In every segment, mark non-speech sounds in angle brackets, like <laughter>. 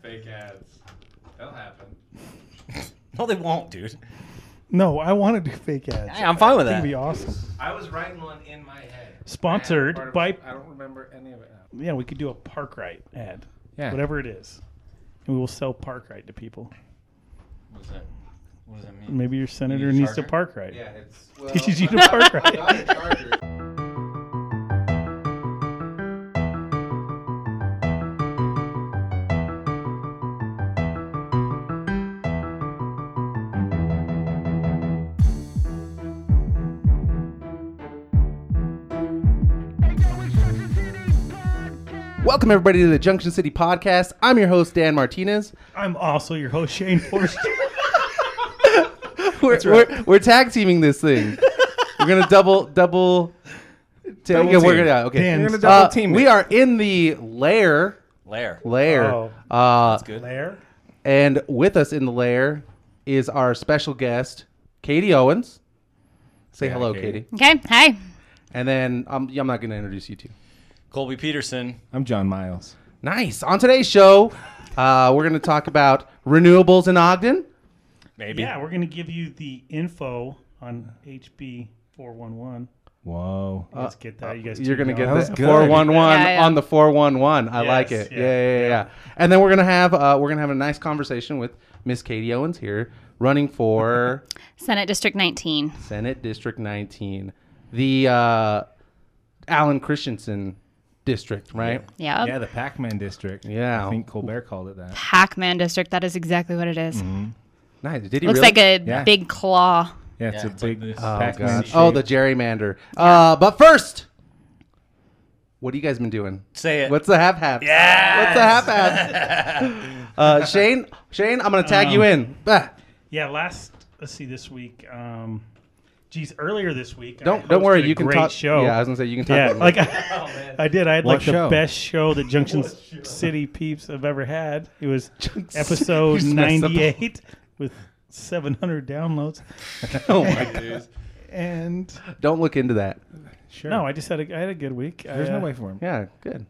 fake ads. That'll happen. No, they won't, dude. No, I want to do fake ads. Hey, I'm fine with That'd that. be awesome. I was writing one in my head. Sponsored I had a by- part of- I don't remember any of it now. Yeah, we could do a park right ad. Yeah. Whatever it is. And we will sell park right to people. What's that? What does that mean? Maybe your senator need a needs to charger? park right. <laughs> Yeah, it's. Well, Teaches you to park <laughs> I got a right. charger. Welcome everybody to the Junction City Podcast. I'm your host Dan Martinez. I'm also your host, Shane Forrest. <laughs> We're, we're, we're tag teaming this thing. <laughs> we're gonna double double. ta- yeah, we're gonna yeah, okay. Dan's- We're gonna Uh, double team it. we are in the lair Lair. lair, Oh. uh, Good. There. and with us in the lair is our special guest Katie Owens. Say Yeah, hello, Katie. Katie. Okay. Hi. And then um, I'm not gonna introduce you two. Colby Peterson. I'm John Miles. Nice. On today's show, uh, we're gonna talk about renewables in Ogden. Maybe. Yeah, we're going to give you the info on HB 411. Whoa. Let's get that. You guys Uh, You're keep gonna get going. was that good. four one one Yeah, yeah. on the four one one. I like Yes, it. Yeah, yeah, yeah, yeah, yeah. And then we're gonna have uh, we're gonna have a nice conversation with Miss Katie Owens here, running for Senate District 19. Senate District 19, the uh, Alan Christensen district, right? Yeah. Yeah, the Pac-Man district. Yeah. I think Colbert called it that. Pac-Man District. That is exactly what it is. Nice. Did he Looks really? like a Yeah. big claw. Yeah, Yeah, it's a it's like big this. oh, Pac-Man. gosh. oh, the shape. gerrymander. Uh, but first, what have you guys been doing? Say it. What's the half half? What's the half half? uh, Shane, Shane, I'm gonna tag you in. Bah. Yeah, last let's see this week. Um, geez, earlier this week. I Don't don't worry. hosted a You can great talk. Show. Yeah, I was gonna say you can talk. Yeah, about it. <laughs> <laughs> like I, I did. I had What like the show? best show that Junction City peeps have ever had. It was <laughs> Junction- You episode just messed up. ninety eight <laughs> with seven hundred downloads. oh my. Dudes. And <laughs> Don't look into that. Sure. no, I just had a I had a good week. There's I, no uh, way for him. Yeah, good.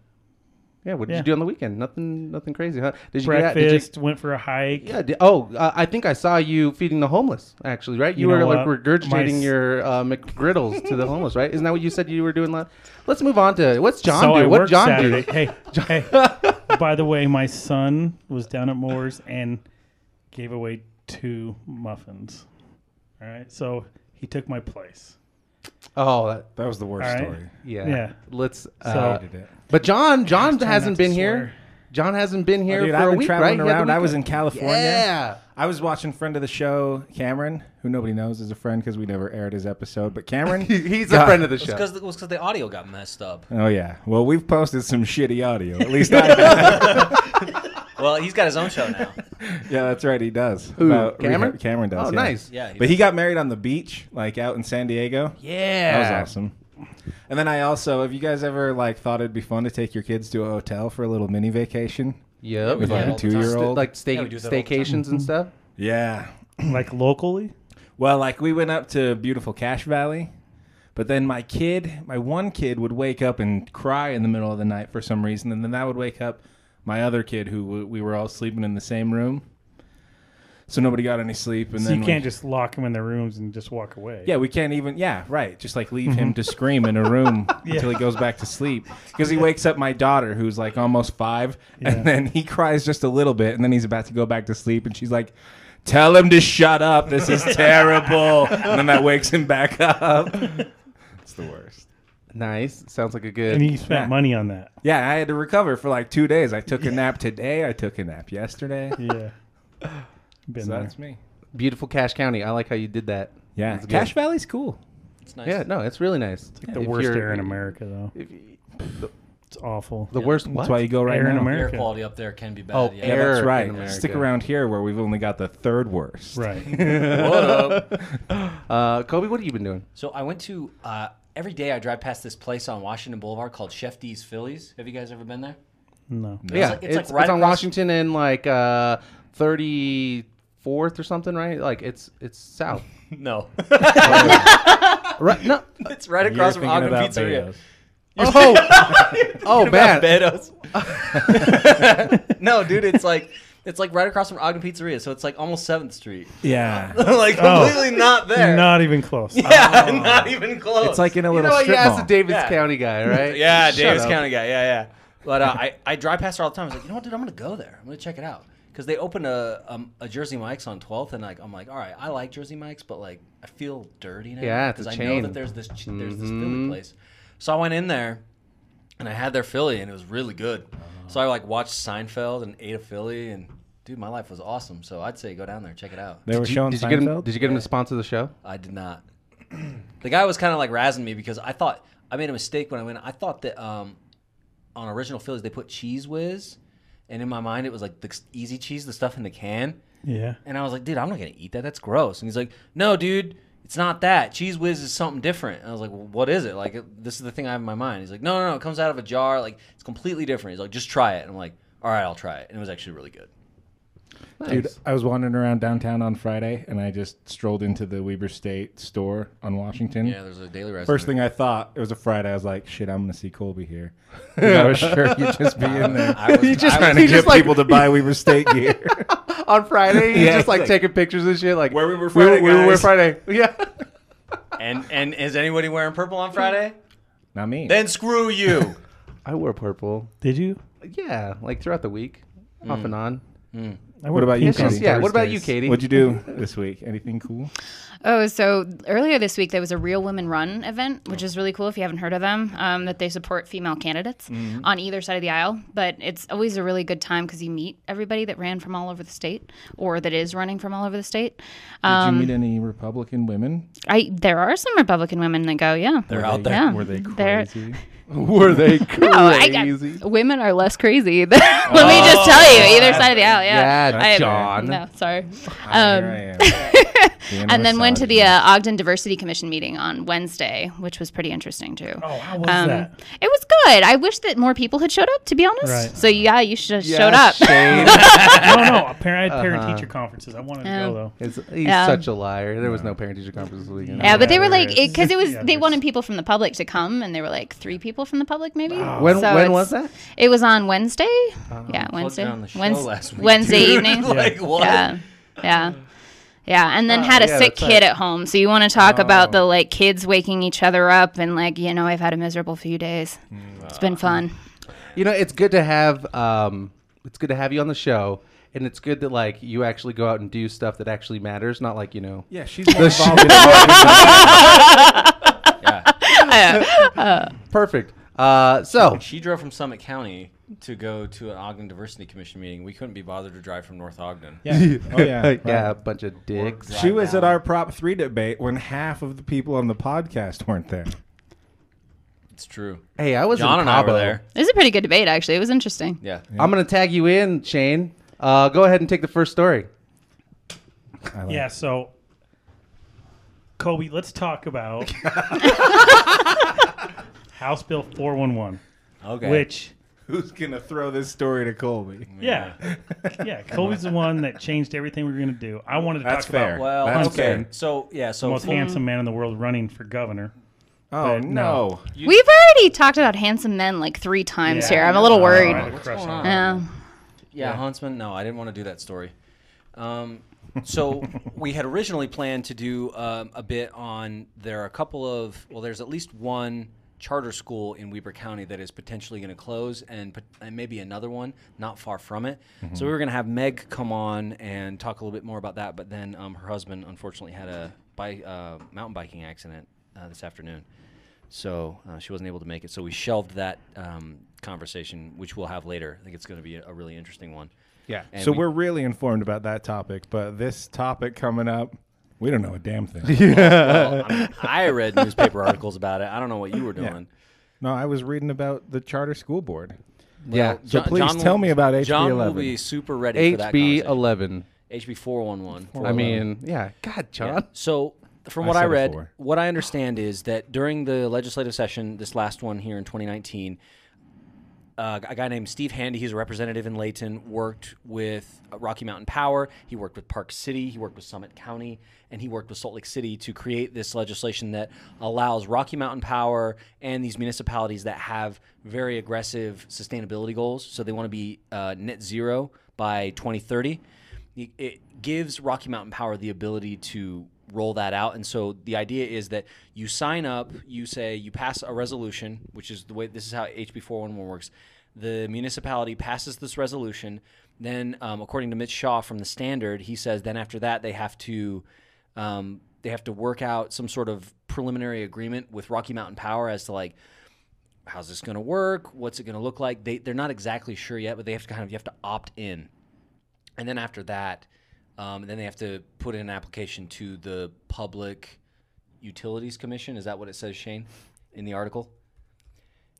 Yeah, what did Yeah. you do on the weekend? Nothing, nothing crazy, huh? Did you get out- did you- Breakfast. Went for a hike. yeah. Did, oh, uh, I think I saw you feeding the homeless. Actually, right? You, You were know like what? regurgitating My s- your uh, McGriddles to the homeless, right? Isn't that what you said you were doing? Last? Let's move on to what's John so do? I What worked John Saturday. do? Hey, hey. By the way, my son was down at Moore's and gave away two muffins. All right, so he took my place. <laughs> Oh, that, That was the worst All right. story. yeah. Yeah. Let's. I Uh, hated it. but John, John trying hasn't not to been here. swear. John hasn't been here Oh, Dude, for I've a been week, right? traveling You had the around. I was in weekend? California. Yeah. I was watching friend of the show, Cameron, who nobody knows is a friend because we never aired his episode. <laughs> But Cameron, He's a got- friend of the show. It's because the, audio got messed up. Oh yeah. Well, we've posted some shitty audio. At least I. Well, he's got his own show now. yeah, that's right. He does. Who, About Cameron? rehab- Cameron does. Oh, yeah. nice. Yeah, he but he got married on the beach, like out in San Diego. Yeah. That was awesome. And then I also, have you guys ever like thought it'd be fun to take your kids to a hotel for a little mini vacation? Yep. With, like, yeah. a two-year-old? Like Mm-hmm. stay, Yeah, we do that all the time. staycations and stuff. Yeah. Like locally, Well, like we went up to beautiful Cache Valley, but then my kid, my one kid, would wake up and cry in the middle of the night for some reason, and then that would wake up my other kid, who w- we were all sleeping in the same room, so nobody got any sleep. And so then you we- can't just lock them in their rooms and just walk away. Yeah, we can't even. Yeah, right. Just like leave him to scream in a room until he goes back to sleep. Because he wakes up my daughter, who's like almost five, Yeah. and then he cries just a little bit, and then he's about to go back to sleep, and she's like, "Tell him to shut up. <laughs> This is terrible." and then that wakes him back up. It's the worst. Nice. Sounds like a and good. you spent Yeah. money on that. Yeah, I had to recover for like two days. I took a nap today. I took a nap yesterday. Yeah, been <laughs> So there. that's me. Beautiful Cache County. I like how you did that. Yeah, That's good. Cache Valley's cool. It's nice. Yeah, no, it's really nice. the If worst you're- air in America, though. if you- It's <laughs> awful. The worst. What? That's why you go right Air in now. America. Air quality up there can be bad. Oh, yeah. air- That's right. in Stick America. around here where we've only got the third worst. Right. What up? <laughs> <laughs> uh, Kobe, what have you been doing? So I went to uh, every day I drive past this place on Washington Boulevard called Chef D's Phillies. Have you guys ever been there? no. yeah, like- it's it's, like right it's on across- Washington and like uh, 34th or something, right? Like it's it's south. <laughs> No. right? No, it's right You're across from Ogden thinking <laughs> about Pizzeria. Beos. <laughs> Oh, <laughs> oh man. Betos. <laughs> no, dude, it's like it's like right across from Ogden Pizzeria, so it's like almost Seventh Street. Yeah. <laughs> like Oh. completely not there. Not even <laughs> close. yeah, not even close. Oh. It's like in a You know little what? strip Yeah, mall. that's a Davis Yeah. County guy, <laughs> right? yeah, Shut Davis up. County guy. Yeah, yeah. But uh, I I drive past her all the time. I was like, you know what, dude, I'm gonna go there. I'm gonna check it out because they opened a um, a Jersey Mike's on 12th, and like I'm like, all right, I like Jersey Mike's, but like I feel dirty now. Yeah, it's a because I know chain. Mm-hmm. that there's this ch- there's this Philly place. So I went in there, and I had their Philly, and it was really good. So I like watched Seinfeld and ate a Philly, and dude, my life was awesome. So I'd say go down there, check it out. They were Did you, showing did you get him? Seinfeld. Did you get him to sponsor the show? I did not. the guy was kind of like razzing me because I thought I made a mistake when I went. I thought that um, on original Phillies they put cheese whiz, and in my mind it was like the s- easy cheese, the stuff in the can. <laughs> Yeah. And I was like, dude, I'm not gonna eat that. That's gross. And he's like, no, dude, it's not that. Cheese whiz is something different. And I was like, well, what is it? Like it- this is the thing I have in my mind. He's like, no, no, no, it comes out of a jar. Like it's completely different. He's like, just try it. And I'm like, all right, I'll try it. And it was actually really good. Dude, <laughs> I was wandering around downtown on Friday, and I just strolled into the Weber State store on Washington. Yeah, there's a daily rest. First thing I thought, it was a Friday. I was like, "Shit, I'm gonna see Colby here." And I was sure you'd just be in <laughs> there. I was, I was- trying to he just get like- people to buy Weber <laughs> State gear. <laughs> On Friday, he's Yeah, just like, like- taking pictures and shit. Like Where we were Friday, Friday, we, were guys. Friday. <laughs> Yeah. and and is anybody wearing purple on Friday? Not me. Then screw you. I wore purple. Did you? Yeah, like throughout the week, Mm. off and on. I what went about you, It's Katie? just- yeah, what about you, Katie? What'd you do this week? Anything cool? Oh, so earlier this week there was a Real Women Run event, which is really cool if you haven't heard of them, um, that they support female candidates on either side of the aisle. But it's always a really good time because you meet everybody that ran from all over the state or that is running from all over the state. Um, Did you meet any Republican women? I There are some Republican women that go, yeah. <laughs> They're out there. yeah. Were they They're- crazy? Were <laughs> they crazy? No, I got, <laughs> women are less crazy. Than, <laughs> let me just tell you, either side of the aisle. Yeah, Yeah, I- John. No, <laughs> sorry. Ah, Um, here I am. <laughs> Being and then went to the misogyny. uh, Ogden Diversity Commission meeting on Wednesday, which was pretty interesting too. Oh, how was Um, that? It was good. I wish that more people had showed up, to be honest. Right. So yeah, you should have Yeah, <laughs> showed up. Shane no, <laughs> no. Apparently, I had parent teacher conferences. I wanted to Um, go though. is, he's Yeah. such a liar. There was no parent teacher conference this weekend. Yeah, but they were there like, is. because it, was Yeah, they there's- wanted people from the public to come, and they were like three people from the public maybe. When- when it's- was that? It was on Wednesday. Uh-huh. yeah, Wednesday. down the show Wednes- last week, Wednesday dude. <laughs> evening. Like, <laughs> what? Yeah, yeah, yeah. And then had a uh, yeah, sick that's Oh. kid at home, so you want to talk about the like kids waking each other up and like you know I've had a miserable few days. Mm, It's uh, been fun. You know, it's good to have um, it's good to have you on the show, and it's good that like you actually go out and do stuff that actually matters, not like you know. Yeah, she's more involved <laughs> in <laughs> Perfect. Uh, so She drove from Summit County to go to an Ogden Diversity Commission meeting. We couldn't be bothered to drive from North Ogden. Yeah. Oh, yeah. right. yeah, a bunch of dicks. She was at our Prop 3 debate when half of the people on the podcast weren't there. It's true. Hey, I was John in and I Cabo. were there. It was a pretty good debate actually. It was interesting. Yeah. I'm gonna tag you in, Shane. Uh, go ahead and take the first story. I like Yeah. So, Kobe, let's talk about House Bill 411, Okay. which Who's going to throw this story to <laughs> Colby? yeah, yeah, Kobe's the one that changed everything we were gonna do. I wanted to That's talk fair. about Well, That's okay. fair. So yeah. the So most handsome man in the world running for governor. Oh, But no. We've already talked about handsome men like three times Yeah. here. I'm a little worried. I had a crush on him. <laughs> Yeah. yeah, Huntsman. No, I didn't want to do that story. Um, so we had originally planned to do um, a bit on there are a couple of well, there's at least one charter school in Weber County that is potentially going to close, and pot- and maybe another one not far from it. Mm-hmm. So we were going to have Meg come on and talk a little bit more about that, but then um, her husband unfortunately had a bi- uh, mountain biking accident uh, this afternoon. So uh, she wasn't able to make it. So we shelved that um, conversation, which we'll have later. I think it's going to be a, a really interesting one. Yeah. And so we- we, are really informed about that topic, but this topic coming up, we don't know a damn <laughs> thing. <laughs> Well, I, mean, I read newspaper articles about it. I don't know what you were doing. No, I was reading about the charter school board. yeah, So please tell me about HB John will 11. be super ready for that HB conversation. eleven. HB 411. I mean, um, yeah. God, John. So, from what I I, said it read, before. what I understand is that during the legislative session, this last one here in 2019, uh, a guy named Steve Handy, he's a representative in Layton, worked with uh, Rocky Mountain Power. He worked with Park City. He worked with Summit County. And he worked with Salt Lake City to create this legislation that allows Rocky Mountain Power and these municipalities that have very aggressive sustainability goals. So they want to be uh, net zero by 2030. It- It gives Rocky Mountain Power the ability to roll that out. And so the idea is that you sign up, you say you pass a resolution, which is the way this is how HB 411 works. The municipality passes this resolution. Then, um, according to Mitch Shaw from the Standard, he says then after that they have to um, they have to work out some sort of preliminary agreement with Rocky Mountain Power as to like how's this going to work, what's it going to look like. They they're not exactly sure yet, but they have to kind of you have to opt in and then after that, um, then they have to put in an application to the Public Utilities Commission. Is that what it says, Shane, in the article?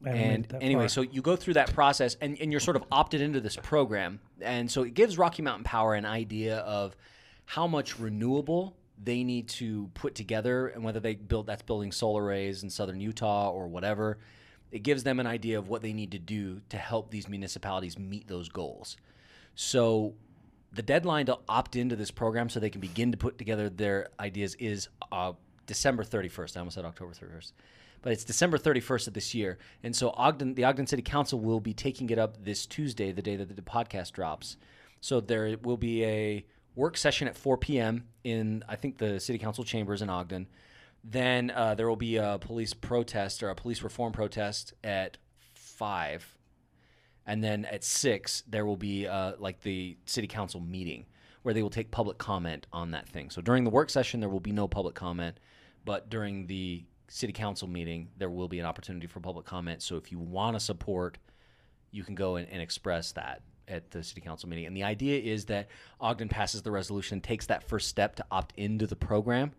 I haven't made and it that anyway, far. so you go through that process, and, and you're sort of opted into this program, and so it gives Rocky Mountain Power an idea of how much renewable they need to put together, and whether they build that's building solar arrays in southern Utah or whatever. It gives them an idea of what they need to do to help these municipalities meet those goals. So the deadline to opt into this program so they can begin to put together their ideas is uh, December 31st. I almost said October 31st. But it's December 31st of this year. And so Ogden, the Ogden City Council will be taking it up this Tuesday, the day that the podcast drops. So there will be a work session at 4 p.m. in, I think, the City Council chambers in Ogden. Then uh, there will be a police protest or a police reform protest at 5 and then at six there will be uh, like the city council meeting where they will take public comment on that thing so during the work session there will be no public comment but during the city council meeting there will be an opportunity for public comment so if you want to support you can go and, and express that at the city council meeting and the idea is that ogden passes the resolution takes that first step to opt into the program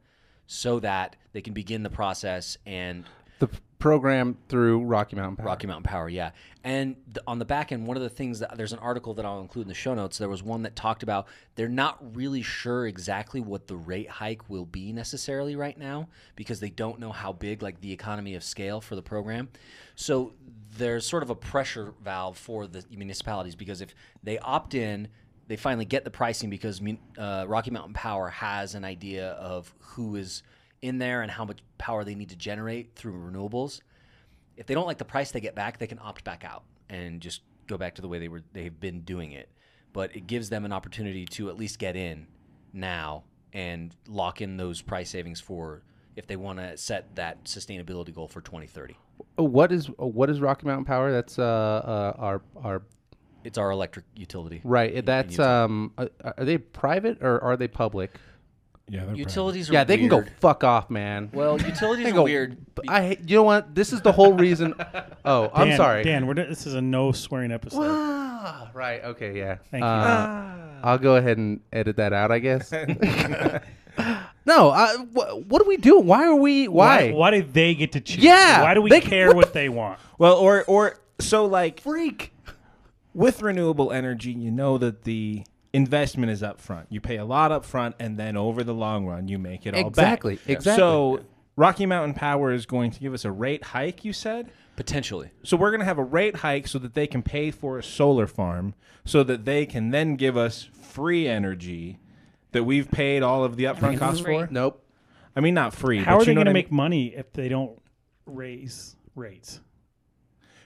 so that they can begin the process and The p- program through Rocky Mountain Power. Rocky Mountain Power, yeah. And th- on the back end, one of the things that there's an article that I'll include in the show notes. There was one that talked about they're not really sure exactly what the rate hike will be necessarily right now because they don't know how big, like the economy of scale for the program. So there's sort of a pressure valve for the municipalities because if they opt in, they finally get the pricing because mun- uh, Rocky Mountain Power has an idea of who is in there and how much power they need to generate through renewables if they don't like the price they get back, they can opt back out and just go back to the way they were they've been doing it. But it gives them an opportunity to at least get in now and lock in those price savings for if they want to set that sustainability goal for 2030. Uh, What is uh, what is Rocky Mountain Power? That's uh, uh our our It's our electric utility. right. that's um. uh, Are they private or are they public? Yeah, they're Utilities are Yeah, they can go weird. fuck off, man. Well, utilities They are go- weird. But I hate- you know what? This is the whole reason. <laughs> Oh, I'm Dan, sorry. Dan. We're, do- this is a no swearing episode. Ah, right. Okay. Yeah. Uh, Thank you. Ah. I'll go ahead and edit that out. I <laughs> guess. <laughs> no. I, wh- what do we do? Why are we? Why? Why? Why do they get to choose? Yeah, Why do we they- care what what, they want? Well, or or so like Freak. with renewable energy, you know that the investment is up front. You pay a lot up front, and then over the long run, you make it all Exactly, back. exactly. So Rocky Mountain Power is going to give us a rate hike. You said Potentially. so. We're going to have a rate hike so that they can pay for a solar farm, so that they can then give us free energy that we've paid all of the upfront Everything's costs free. for. Nope. I mean, not free. How but are you they know going what to I make mean? money if they don't raise rates?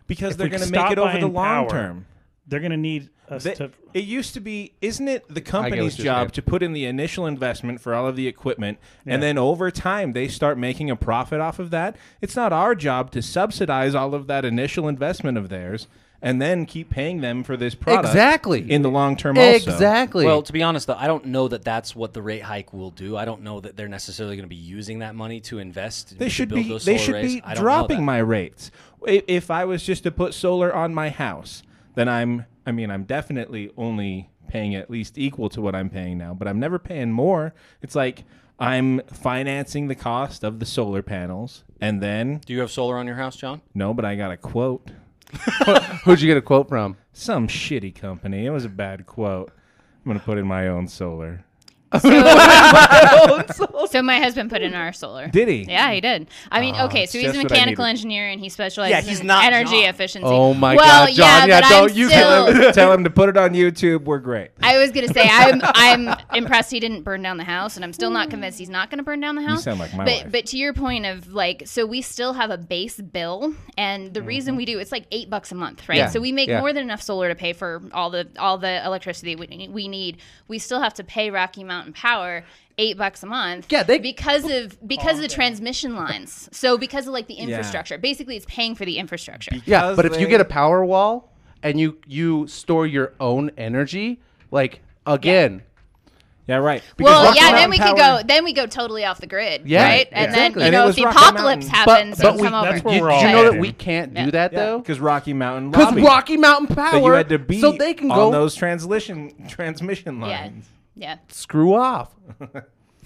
Because if they're we going to stop make it over the buying long power, term. They're going to need us They- to. it used to be, isn't it the what company's you're saying. job to put in the initial investment for all of the equipment, and then over time they start making a profit off of that? It's not our job to subsidize all of that initial investment of theirs and then keep paying them for this product Exactly. in the long term. Also. Exactly. Well, to be honest, though, I don't know that that's what the rate hike will do. I don't know that they're necessarily going to be using that money to invest. They to should build be Those they solar should arrays. be I don't know dropping that. my rates. I- If I was just to put solar on my house, then I'm I mean I'm definitely only paying at least equal to what I'm paying now, but I'm never paying more. It's like I'm financing the cost of the solar panels and then Do you have solar on your house, John? no, but I got a quote. <laughs> who'd you get a quote <laughs> from? Some shitty company. It was a bad quote. I'm going to put in my own solar. <laughs> So, so my husband put in our solar. Did he? Yeah, he did. I mean, Oh, okay, so he's just a what I mechanical needed. engineer and he specializes Yeah, he's in not energy John. efficiency. Oh my well, God, John! Yeah, but don't I'm you still, Tell him to put it on YouTube. We're great. I was gonna say I'm I'm impressed he didn't burn down the house, and I'm still not convinced he's not gonna burn down the house. sound like my but wife. but to your point of like, so we still have a base bill, and the reason we do it's like eight bucks a month, right? Yeah, So we make yeah. more than enough solar to pay for all the all the electricity we we need. We still have to pay Rocky Mountain Power. Eight bucks a month. Yeah, they- because of because of the transmission lines. So because of like the infrastructure, basically it's paying for the infrastructure. Yeah, but if you Because get a power wall and you you store your own energy, like again, Yeah, right. well, Rocky yeah, Mountain then we could Power- go. Then we go totally off the grid, Yeah, right? And exactly. then And you it know, was if the Rocky apocalypse Mountain. happens, but but then we come over. that's where you, we're did all you know at, that we dude. can't Yeah. do that though because Rocky Mountain because lobbied Rocky Mountain that Power. you had to beat so they can on go those transmission transmission yeah, lines. yeah. screw off.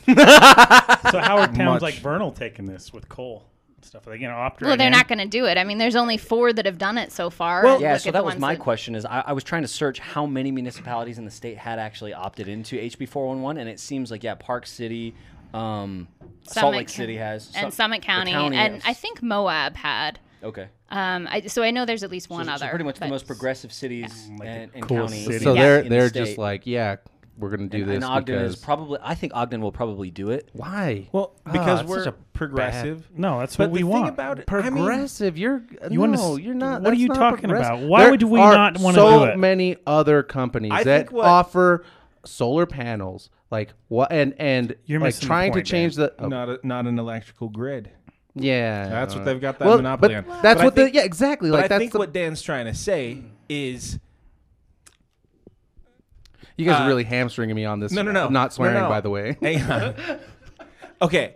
So <laughs> Howard Town's Much. like Vernal taking this with coal and stuff. Are they gonna opt Well, right they're in? not going to do it. I mean, there's only four that have done it so far. Well- Yeah, Look so at that the was ones my question. Is I, I was trying to search how many municipalities in the state had actually opted into HB four hundred and one, and it seems like yeah, Park City, um, Salt Summit Lake City County- has, and Su- Summit the County, and has. I think Moab had. okay, Um, I, so I know there's at least one So other. pretty much the but- most progressive cities and, and coolest counties. city. So Yeah. they're in the they're state. just like, yeah, we're gonna do this and Ogden because is probably. I think Ogden will probably do it. why? Well, Ah, because it's we're such a progressive. No, that's But what we the want. Thing about it, I mean, Progressive, you're You wanna no, s- you're not. what are that's you not talking progressive. about? Why There would we are not wanna so do it? many other companies I that think what- offer solar panels, like what, and and You're like missing the trying point, to change the oh, not a, not an electrical grid. yeah. That's what they've got that well, monopoly but on. That's But I what think- the yeah exactly But like I that's think the, what Dan's trying to say is you guys uh, are really hamstringing me on this. no, no, no, I'm not swearing no, no. by the <laughs> way. Hang on. okay,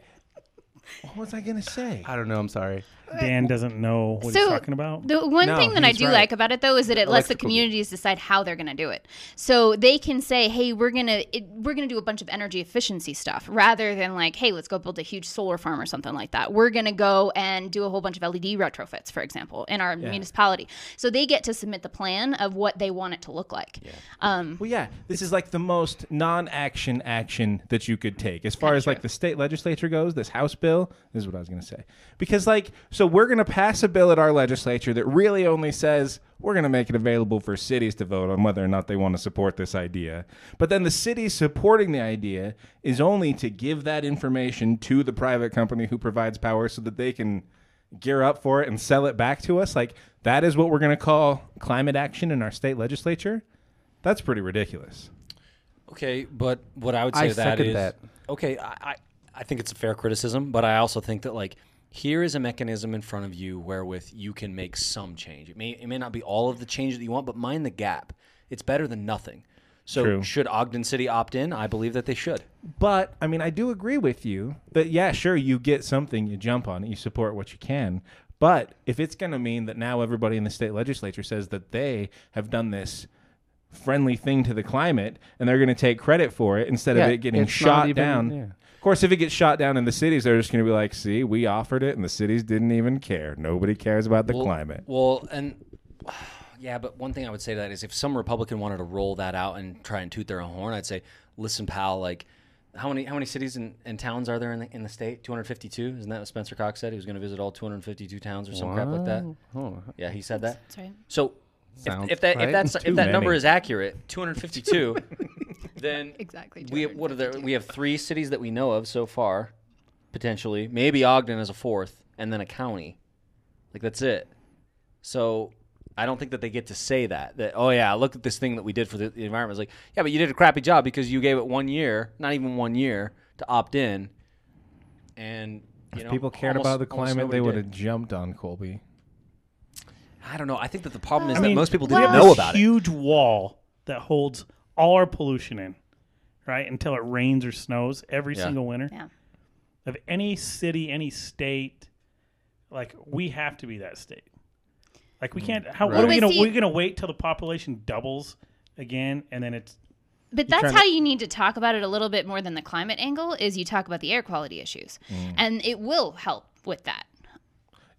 what was I gonna say? I don't know. I'm sorry. uh, Dan doesn't know what he's So, talking about. The one No, thing that I he's do right. like about it though is that it lets the Electrical. communities decide how they're going to do it. So they can say, "Hey, we're going to we're going to do a bunch of energy efficiency stuff," rather than like, "Hey, let's go build a huge solar farm or something like that." We're going to go and do a whole bunch of LED retrofits, for example, in our municipality. So they get to submit the plan of what they want it to look like. Um, Well, yeah, this is like the most non-action action that you could take, as far as like the state legislature goes. This House bill, this is what I was going to say, because like, so we're going to pass a bill at our legislature that really only says we're going to make it available for cities to vote on whether or not they want to support this idea. But then the city supporting the idea is only to give that information to the private company who provides power, so that they can gear up for it and sell it back to us. Like that is what we're going to call climate action in our state legislature. That's pretty ridiculous. Okay, but what I would I say to that second is that. okay. I, I I think it's a fair criticism, but I also think that like here is a mechanism in front of you wherewith you can make some change. It may it may not be all of the change that you want, but mind the gap. It's better than nothing. So True. should Ogden City opt in? I believe that they should. But I mean, I do agree with you that yeah, sure, you get something, you jump on it, you support what you can. But if it's going to mean that now everybody in the state legislature says that they have done this friendly thing to the climate and they're going to take credit for it instead Yeah, of it getting it's shot not even- down. yeah. Of course, if it gets shot down in the cities, they're just going to be like, "See, we offered it, and the cities didn't even care. Nobody cares about the climate." Well, and <sighs> yeah, but one thing I would say to that is if some Republican wanted to roll that out and try and toot their own horn, I'd say, listen, pal, like. How many how many cities and, and towns are there in the, in the state? 252. Isn't that what Spencer Cox said? He was going to visit all 252 towns or some crap like that. Oh, Yeah, he said that. That's right. So Sounds if, if that right. if that's Too if that number many. is accurate, <laughs> 252, then Exactly, We what are there? We have three cities that we know of so far, potentially. Maybe Ogden as a fourth, and then a county. Like that's it. So I don't think that they get to say that. That oh yeah, look at this thing that we did for the, the environment. It's like yeah, but you did a crappy job because you gave it one year, not even one year, to opt in. And you know, People cared almost- about the almost climate; nobody they would did. have jumped on Colby. I don't know. I think that the problem is I that mean, most people we didn't have know this about it. huge wall that holds all our pollution in, right? Until it rains or snows every Yeah. single winter. Yeah. Of any city, any state, like we have to be that state. Like we Mm. can't. How what are we Right. gonna? See- We're gonna wait till the population doubles again, and then it's But that's how you need to talk about it a little bit more than the climate angle is you talk about the air quality issues. And it will help with that.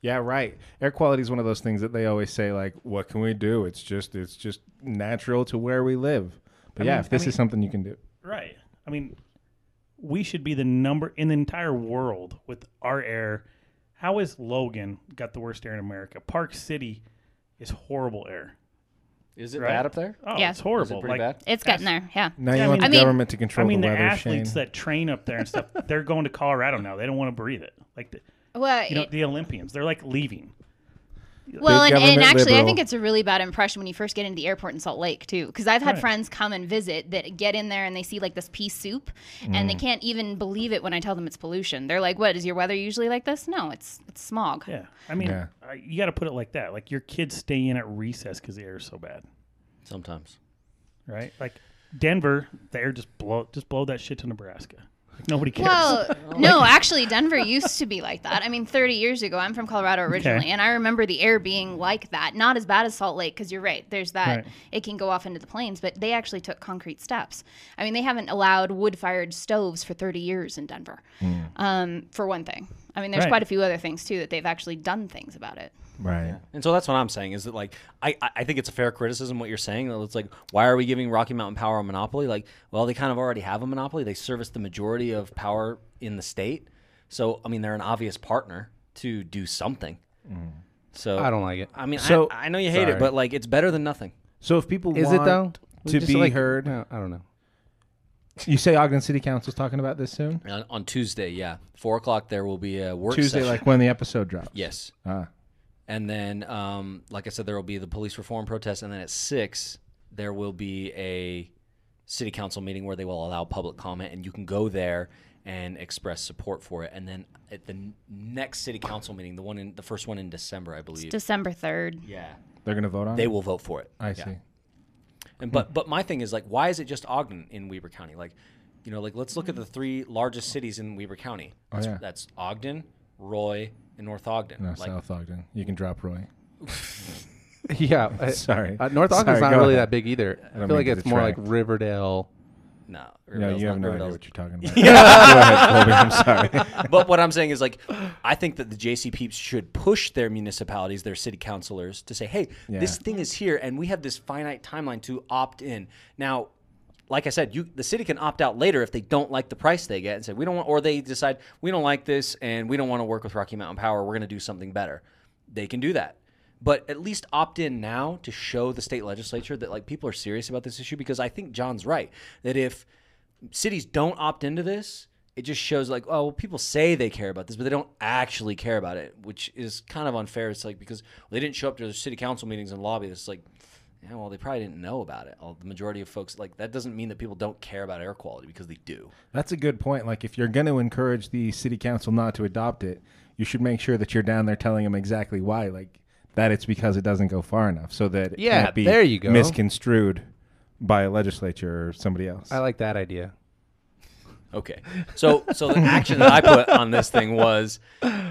Yeah, right. Air quality is one of those things that they always say, like, "What can we do? It's just, it's just natural to where we live." But yeah, if this is something you can do, right. I mean, we should be the number in the entire world with our air. How is Logan got the worst air in America? Park City is horrible air. Is it Right. bad up there? Oh, Yeah. it's horrible. Is it pretty Like, bad? It's getting there. Yeah. Now you I mean- want the I mean- government to control I mean, the the, weather, athletes Shane. that train up there <laughs> and stuff, they're going to Colorado now. They don't want to breathe it. Like the, Well, you know, it- the Olympians, they're like leaving. well, Big and, and government actually, I liberal. think it's a really bad impression when you first get into the airport in Salt Lake too, because I've had friends come and visit that get in there and they see like this pea soup, and they Mm. can't even believe it when I tell them it's pollution. They're like, "What is your weather usually like this?" No, it's it's smog. Yeah, I mean, Yeah. I, you got to put it like that. Like your kids stay in at recess because the air is so bad, Sometimes. right? Like Denver, the air just blow just blow that shit to Nebraska. Like, nobody cares. Well, no, actually, Denver used to be like that. I mean, 30 years ago, I'm from Colorado originally, and I remember the air being like that. Not as bad as Salt Lake, because you're right. There's that, Right. it can go off into the plains, but they actually took concrete steps. I mean, they haven't allowed wood fired stoves for 30 years in Denver, um, for one thing. I mean, there's Hmm. Right. quite a few other things, too, that they've actually done things about it. right. And so that's what I'm saying is that like I, I- I think it's a fair criticism what you're saying that it's like why are we giving Rocky Mountain Power a monopoly? Like well they kind of already have a monopoly. They service the majority of power in the state, so I mean they're an obvious partner to do something. So I don't like it. I mean So- I, I know you hate sorry. it, but like it's better than nothing. So if people Is it want though? to Just be like- heard, No, I don't know. you say Ogden City Council's talking about this soon. On, on Tuesday, yeah, four o'clock there will be a work Tuesday, session. like when the episode drops. yes, Ah. And then, um, like I said, there will be the police reform protest, and then at six there will be a city council meeting where they will allow public comment, and you can go there and express support for it. And then at the n- next city council meeting, the one in the first one in December, I believe. December 3rd. yeah, They're gonna vote on. they it? will vote for it. I Yeah. see. And but but my thing is like, why is it just Ogden in Weber County? Like, you know, like let's look at the three largest cities in Weber County. That's, Oh, yeah. that's Ogden, Roy, and North Ogden. No, like, South Ogden. You can drop Roy. <laughs> <laughs> Yeah. I- Sorry. Uh, North Ogden's Sorry, not go really ahead. that big either. I, don't feel like mean to it's more like detract. Riverdale. no, No, Riverdale's you have not- no idea Riverdale's what you're talking about. Yeah. go ahead, Colby. I'm sorry. but what I'm saying is like I think that the JC peeps should push their municipalities, their city councilors to say, "Hey, this Yeah. thing is here and we have this finite timeline to opt in." Now, like I said, you the city can opt out later if they don't like the price they get and say, "We don't want," or they decide, "We don't like this and we don't want to work with Rocky Mountain Power. We're going to do something better." They can do that. But at least opt in now to show the state legislature that like people are serious about this issue because I think John's right that if cities don't opt into this, it just shows like, oh, well, people say they care about this, but they don't actually care about it, which is kind of unfair. It's like because they didn't show up to their city council meetings and lobby. It's like, yeah, well, they probably didn't know about it. All, the majority of folks like that doesn't mean that people don't care about air quality because they do. That's a good point. Like, if you're going to encourage the city council not to adopt it, you should make sure that you're down there telling them exactly why. Like, that it's because it doesn't go far enough, so that it Yeah, can't be there you go. misconstrued by a legislature or somebody else. I like that idea. Okay. So so the action that I put on this thing was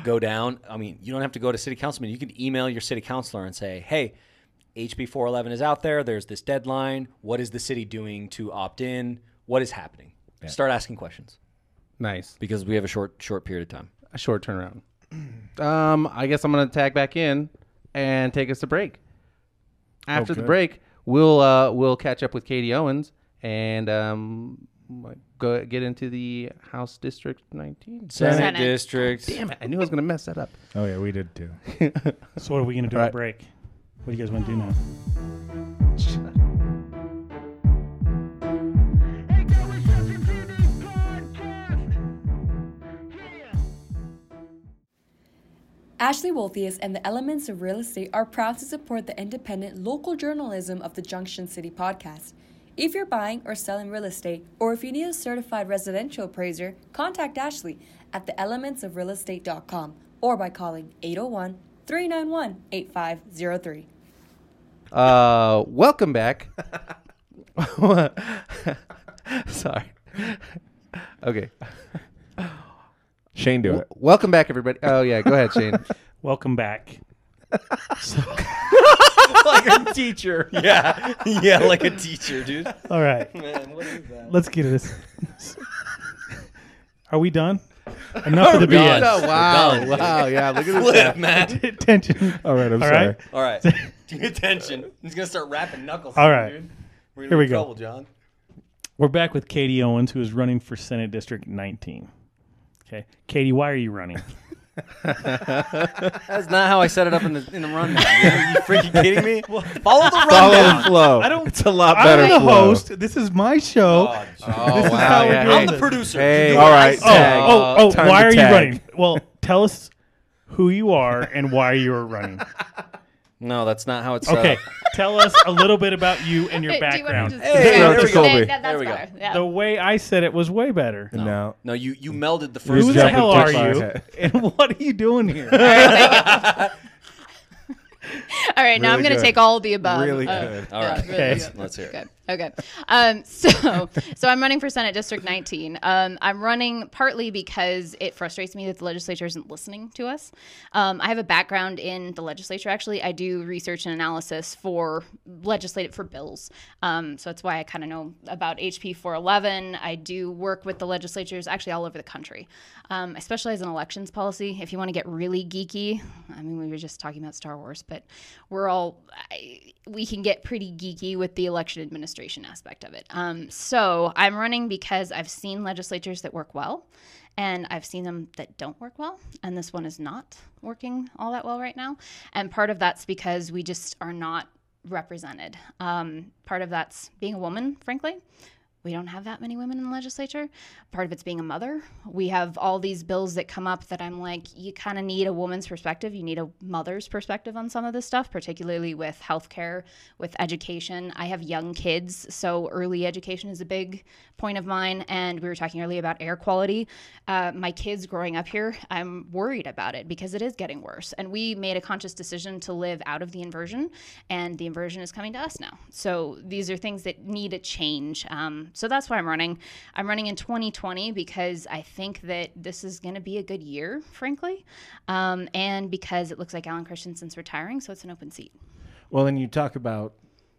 go down. I mean, you don't have to go to city councilman. You can email your city councilor and say, "Hey, HB 411 is out there. There's this deadline. What is the city doing to opt in? What is happening?" Start asking questions Nice. because we have a short short period of time. A short turnaround. <clears throat> Um, I guess I'm gonna tag back in and take us to break. After the good. break, we'll uh, we'll catch up with Katie Owens and um, go get into the House District 19. Senate, Senate. district. Damn it! I knew I was gonna mess that up. oh yeah, we did too. <laughs> so what are we gonna do All on right. break? What do you guys want to do now? Ashley Wolthius and the Elements of Real Estate are proud to support the independent local journalism of the Junction City podcast. If you're buying or selling real estate, or if you need a certified residential appraiser, contact Ashley at theelementsofrealestate.com or by calling 801 391 8503. Uh, welcome <laughs> back. Sorry. <laughs> Okay. Shane, do it. Welcome back, everybody. Oh yeah, go ahead, <laughs> Shane. Welcome back. like a teacher. Yeah. <laughs> Yeah, like a teacher, <laughs> dude. All right, Man, what is that? let's get this. <laughs> Are <laughs> we done? Enough of the done. BS. Oh, wow, done. wow, yeah. Look <laughs> at this. Flip, man. <laughs> Attention. All right, I'm All sorry. right. All <laughs> right. Attention. He's going to start rapping knuckles. All right. We're Here gonna be we in go. Trouble, John. We're back with Katie Owens, who is running for Senate District 19. Okay, Katie, why are you running? That's not how I set it up in the in the rundown. Are <laughs> you freaking kidding me? Follow the Follow Oh, rundown. the flow. I don't- It's a lot better. I'm the flow. host. This is my show. Oh, is how we're doing I'm the Hey. producer. Hey. You do All what I right. say. oh, Tag. oh, oh, Time why to are tag. you running? Well, tell us who you are and why you are <laughs> running. No, that's not how it's uh, set Okay, up. tell us a little bit about you and your Hey, do you background. want to just- Hey, Yeah, there there we we go. go. There That- That's we go. better. Yeah. the way I said it was way better. No. No, you you melded the first. Who and the Jeffrey second hell are part. you? Tucker. <laughs> And what are you doing here? All right, now Really I'm going good. to take all of the above. Really Uh, good. All right. really Let's, good. let's hear it. Good. Okay. Um, <laughs> so, so I'm running for Senate District 19. Um, I'm running partly because it frustrates me that the legislature isn't listening to us. Um, I have a background in the legislature. Actually, I do research and analysis for legislative for bills. Um, so that's why I kind of know about HP 411. I do work with the legislatures actually all over the country. Um, I specialize in elections policy. If you want to get really geeky, I mean, we were just talking about Star Wars, but we're all I, we can get pretty geeky with the election administration aspect of it. Um, so I'm running because I've seen legislatures that work well, and I've seen them that don't work well, and this one is not working all that well right now. And part of that's because we just are not represented. Um, part of that's being a woman, frankly. We don't have that many women in the legislature. Part of it's being a mother. We have all these bills that come up that I'm like, you kind of need a woman's perspective. You need a mother's perspective on some of this stuff, particularly with healthcare, with education. I have young kids, so early education is a big point of mine. And we were talking earlier about air quality. Uh, my kids growing up here, I'm worried about it because it is getting worse. And we made a conscious decision to live out of the inversion, and the inversion is coming to us now. So these are things that need a change. Um, so that's why I'm running. I'm running in 2020 because I think that this is going to be a good year, frankly, um, and because it looks like Alan Christensen's retiring, so it's an open seat. Well, and you talk about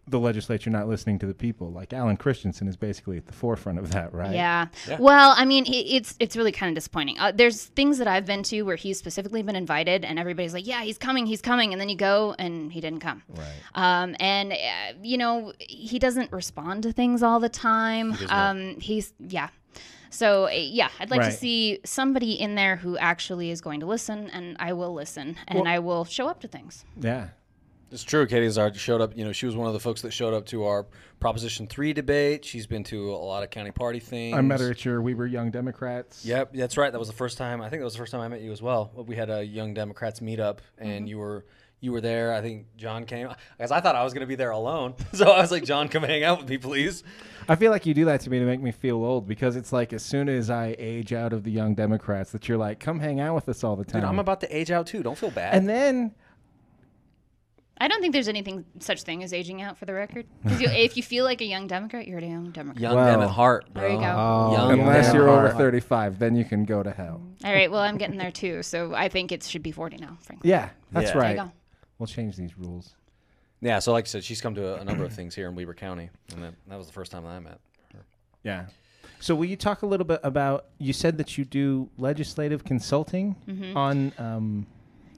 the legislature not listening to the people. Like Alan Christensen is basically at the forefront of that, right? Yeah. Well, I mean, it, it's it's really kind of disappointing. Uh, there's things that I've been to where he's specifically been invited, and everybody's like, "Yeah, he's coming, he's coming," and then you go, and he didn't come. Right. Um, and uh, you know, he doesn't respond to things all the time. um, he's yeah. So uh, yeah, I'd like Right. to see somebody in there who actually is going to listen, and I will listen, and I will show up to things. Yeah. It's true. Katie Azard showed up. You know, she was one of the folks that showed up to our Proposition Three debate. She's been to a lot of county party things. I met her at your We Were Young Democrats. Yep, that's right. That was the first time. I think that was the first time I met you as well. We had a Young Democrats meetup, and Mm-hmm. you were you were there. I think John came because I thought I was going to be there alone. <laughs> So I was like, John, come hang out with me, please. I feel like you do that to me to make me feel old because it's like as soon as I age out of the Young Democrats that you're like, come hang out with us all the time. Dude, I'm about to age out too. Don't feel bad. and then I don't think there's anything such thing as aging out, for the record. 'Cause <laughs> you, if you feel like a young Democrat, you're a young Democrat. young Wow. them at heart, bro. There you go. Young unless them you're at over heart. 35, then you can go to hell. All right. Well, I'm getting there too. So I think it should be 40 now, frankly. Yeah, that's Yeah. There you right. go. We'll change these rules. Yeah. So like I said, she's come to a, a number of things here in Weber County, and that, that was the first time that I met. her. Yeah. So will you talk a little bit about? You said that you do legislative consulting Mm-hmm. on. Um,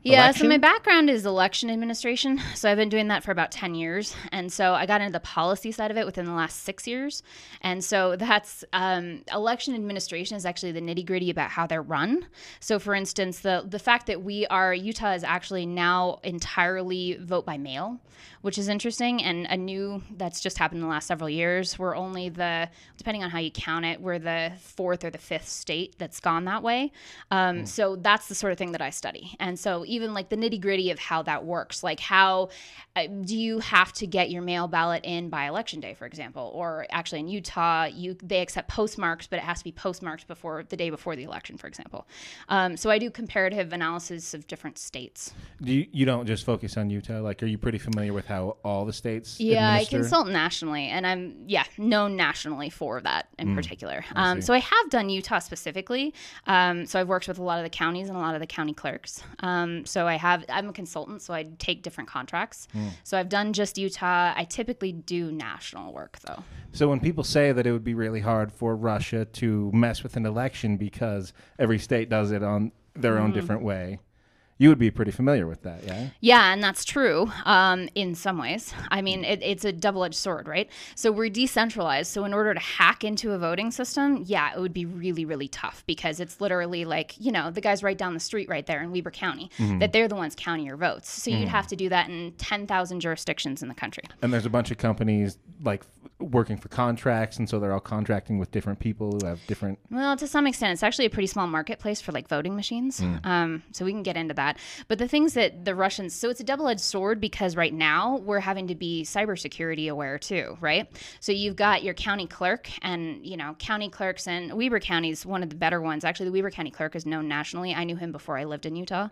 Yeah. So election? my background is election administration. So I've been doing that for about 10 years. And so I got into the policy side of it within the last six years. And so that's um, election administration is actually the nitty gritty about how they're run. So for instance, the, the fact that we are, Utah is actually now entirely vote by mail, which is interesting and a new, that's just happened in the last several years. We're only the, depending on how you count it, we're the fourth or the fifth state that's gone that way. Um, So that's the sort of thing that I study. And so even like the nitty gritty of how that works, like how uh, do you have to get your mail ballot in by election day, for example, or actually in Utah, you they accept postmarks, but it has to be postmarked before the day before the election, for example. Um, so I do comparative analysis of different states. do you, you don't just focus on Utah? Like, are you pretty familiar with how all the states? Yeah, administer? I consult nationally, and I'm yeah known nationally for that in particular. Um, so I have done Utah specifically. Um, so I've worked with a lot of the counties and a lot of the county clerks. Um, so I have I'm a consultant, so I take different contracts. So I've done just Utah. I typically do national work though. So when people say that it would be really hard for Russia Mm-hmm. to mess with an election because every state does it on their own different way, You would be pretty familiar with that, yeah? Yeah, and that's true um, in some ways. I mean, it, it's a double edged sword, right? So we're decentralized. So, in order to hack into a voting system, yeah, it would be really, really tough because it's literally like, you know, the guys right down the street right there in Weber County, that they're the ones counting your votes. So, you'd have to do that in 10,000 jurisdictions in the country. And there's a bunch of companies like working for contracts, and so they're all contracting with different people who have different. Well, to some extent, it's actually a pretty small marketplace for like voting machines. Um, so we can get into that. But the things that the Russians, so it's a double edged sword because right now we're having to be cybersecurity aware too, right? So you've got your county clerk and, you know, county clerks and Weber County is one of the better ones. Actually, the Weber County clerk is known nationally. I knew him before I lived in Utah.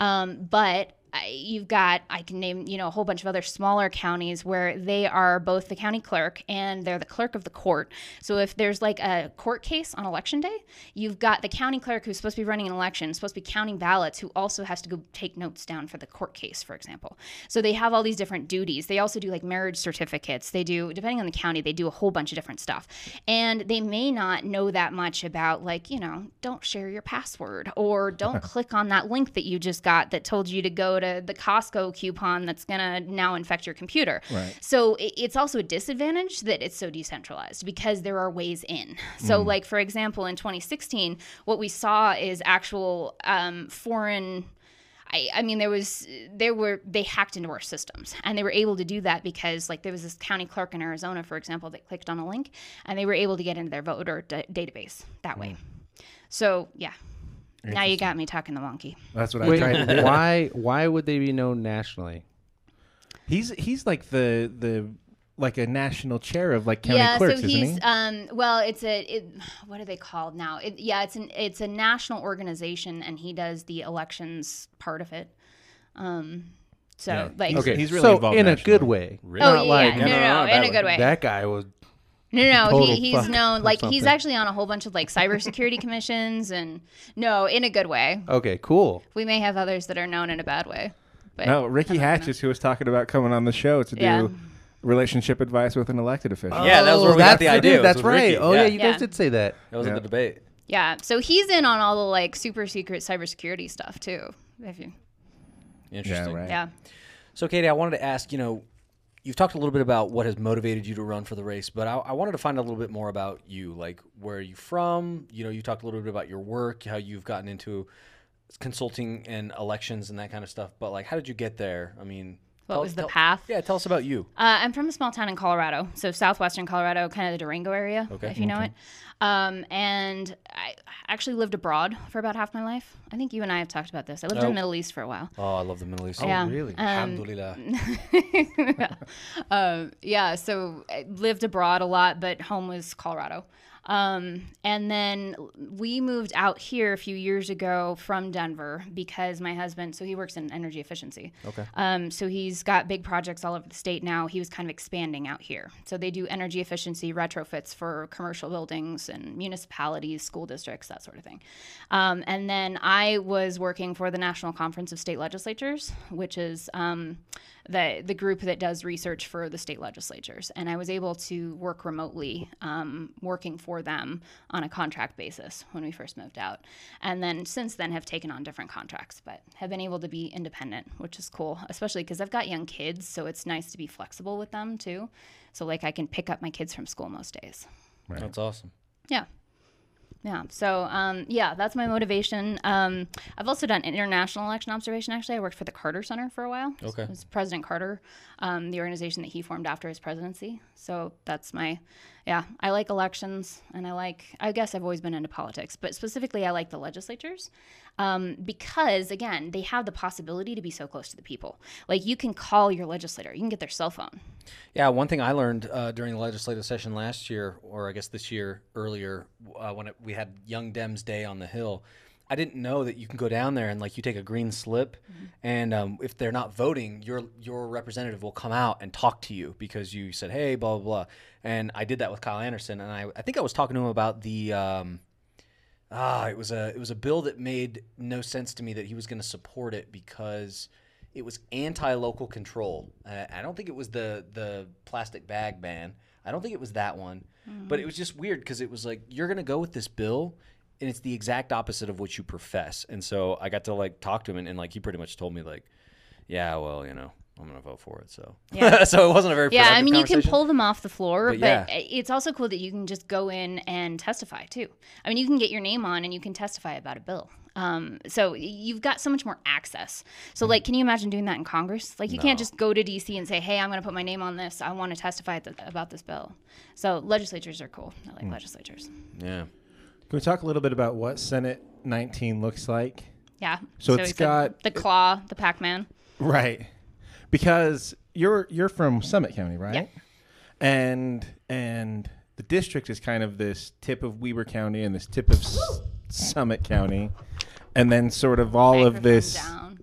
Um, but I- you've got i can name you know a whole bunch of other smaller counties where they are both the county clerk and they're the clerk of the court so if there's like a court case on election day you've got the county clerk who's supposed to be running an election supposed to be counting ballots who also has to go take notes down for the court case for example so they have all these different duties they also do like marriage certificates they do depending on the county they do a whole bunch of different stuff and they may not know that much about like you know don't share your password or don't click on that link that you just got that told you to go to the Costco coupon that's going to now infect your computer. Right. So i- it's also a disadvantage that it's so decentralized because there are ways in. So, like, for example, in 2016, what we saw is actual um, foreign. I, I mean, there was, there were, they hacked into our systems and they were able to do that because, like, there was this county clerk in Arizona, for example, that clicked on a link and they were able to get into their voter d- database that way. So, yeah. Now you got me talking the wonky. That's what Wait, <laughs> I tried to do. why? Why would they be known nationally? He's he's like the the like a national chair of like county clerks, so isn't he's he? um well it's a it, what are they called now? It, yeah, it's an it's a national organization and he does the elections part of it. Um so Yeah. like Okay. He's really so involved in nationally. a good way. Really? Oh Not yeah, like- no, no, no, in a good way. That guy was. No, no, no. Total He, he's fuck known or like he's something. actually on a whole bunch of like cybersecurity <laughs> commissions and no, in a good way. Okay, cool. We may have others that are known in a bad way. But No, Ricky Hatches, who was talking about coming on the show to do Yeah. relationship advice with an elected official. Yeah, that was where Oh, we got that's the idea. dude, It was That's with right. Ricky. Oh yeah, you Yeah. guys did say that. That was Yeah. at the debate. yeah, so he's in on all the like super secret cybersecurity stuff too. If you, Interesting. right. yeah. So, Katie, I wanted to ask you know, you've talked a little bit about what has motivated you to run for the race, but I, I wanted to find a little bit more about you. Like, where are you from? You know, you talked a little bit about your work, how you've gotten into consulting and elections and that kind of stuff, but like, how did you get there? I mean, What tell- was the tell- path? Yeah, tell us about you. Uh, I'm from a small town in Colorado, so southwestern Colorado, kind of the Durango area, if you know it. Um, and I actually lived abroad for about half my life. I think you and I have talked about this. I lived in Oh. the Middle East for a while. Oh, Mm. I love the Middle East. Yeah. really? Um, Alhamdulillah. Um, yeah, so I lived abroad a lot, but home was Colorado. Um, and then we moved out here a few years ago from Denver because my husband, so he works in energy efficiency. Okay. Um, so he's got big projects all over the state now. He was kind of expanding out here. So they do energy efficiency retrofits for commercial buildings and municipalities, school districts, that sort of thing. Um, and then I was working for the National Conference of State Legislatures, which is um, the the group that does research for the state legislatures. And I was able to work remotely, um, working for them on a contract basis when we first moved out. And then since then have taken on different contracts, but have been able to be independent, which is cool, especially because I've got young kids, so it's nice to be flexible with them too. So like I can pick up my kids from school most days. That's awesome. Yeah. Yeah. So, um, yeah, that's my motivation. Um, I've also done international election observation. Actually, I worked for the Carter Center for a while. Okay. It was President Carter, um, the organization that he formed after his presidency. So that's my, yeah, I like elections and I like, I guess I've always been into politics, but specifically I like the legislatures um, because, again, they have the possibility to be so close to the people. Like, you can call your legislator, you can get their cell phone. Yeah, one thing I learned uh, during the legislative session last year, or I guess this year earlier, uh, when it, we had Young Dems Day on the Hill, I didn't know that you can go down there and like you take a green slip, and um, if they're not voting, your your representative will come out and talk to you because you said hey blah blah blah, and I did that with Kyle Anderson, and I I think I was talking to him about the. Um, Ah, it was a it was a bill that made no sense to me that he was going to support it because it was anti-local control. Uh, I don't think it was the the plastic bag Mm-hmm. ban. I don't think it was that one. But it was just weird because it was like you're going to go with this bill and it's the exact opposite of what you profess. And so I got to like talk to him, and, and like he pretty much told me like, yeah, well, you know, I'm gonna vote for it. So <laughs> Yeah. so it wasn't a very Yeah, I productive mean, you can conversation. pull them off the floor, But but, yeah. it's also cool that you can just go in and testify too. I mean, you can get your name on and you can testify about a bill. Um, so you've got so much more access. So, Mm-hmm. like, can you imagine doing that in Congress? Like, you can't just go to DC and say, "Hey, I'm going to put my name on this. I want to testify th- about this bill." So legislatures are cool. I Mm. like legislatures. Yeah. Can we talk a little bit about what Senate 19 looks like? Yeah. So it's it's got- the claw, the Pac-Man. Right. Because you're you're from Summit County, right? Yeah. And and the district is kind of this tip of Weber County and this tip of S- Summit County. And then sort of all of Microphone this down.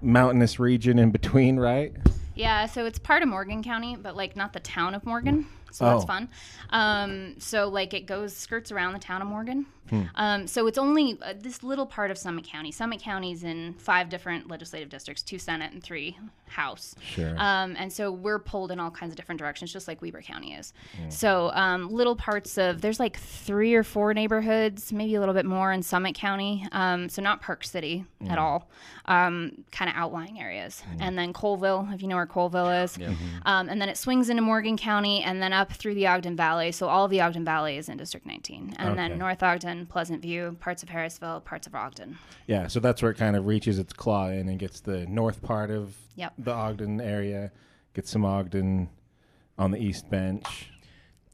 mountainous region in between, right? Yeah, so it's part of Morgan County, but like not the town of Morgan. So Oh. that's fun. Um, so like it goes skirts around the town of Morgan. Hmm. Um, so it's only uh, this little part of Summit County. Summit County's in five different legislative districts: two Senate and three House. Sure. Um, and so we're pulled in all kinds of different directions, just like Weber County is. So um, little parts of there's like three or four neighborhoods, maybe a little bit more in Summit County. Um, so not Park City at all, um, kind of outlying areas, Mm-hmm. and then Colville, if you know where Colville is, um, and then it swings into Morgan County, and then up through the Ogden Valley. So all of the Ogden Valley is in District 19, and Okay. then North Ogden, Pleasant View, parts of Harrisville, parts of Ogden. Yeah, so that's where it kind of reaches its claw in and gets the north part of Yep. the Ogden area, gets some Ogden on the east bench.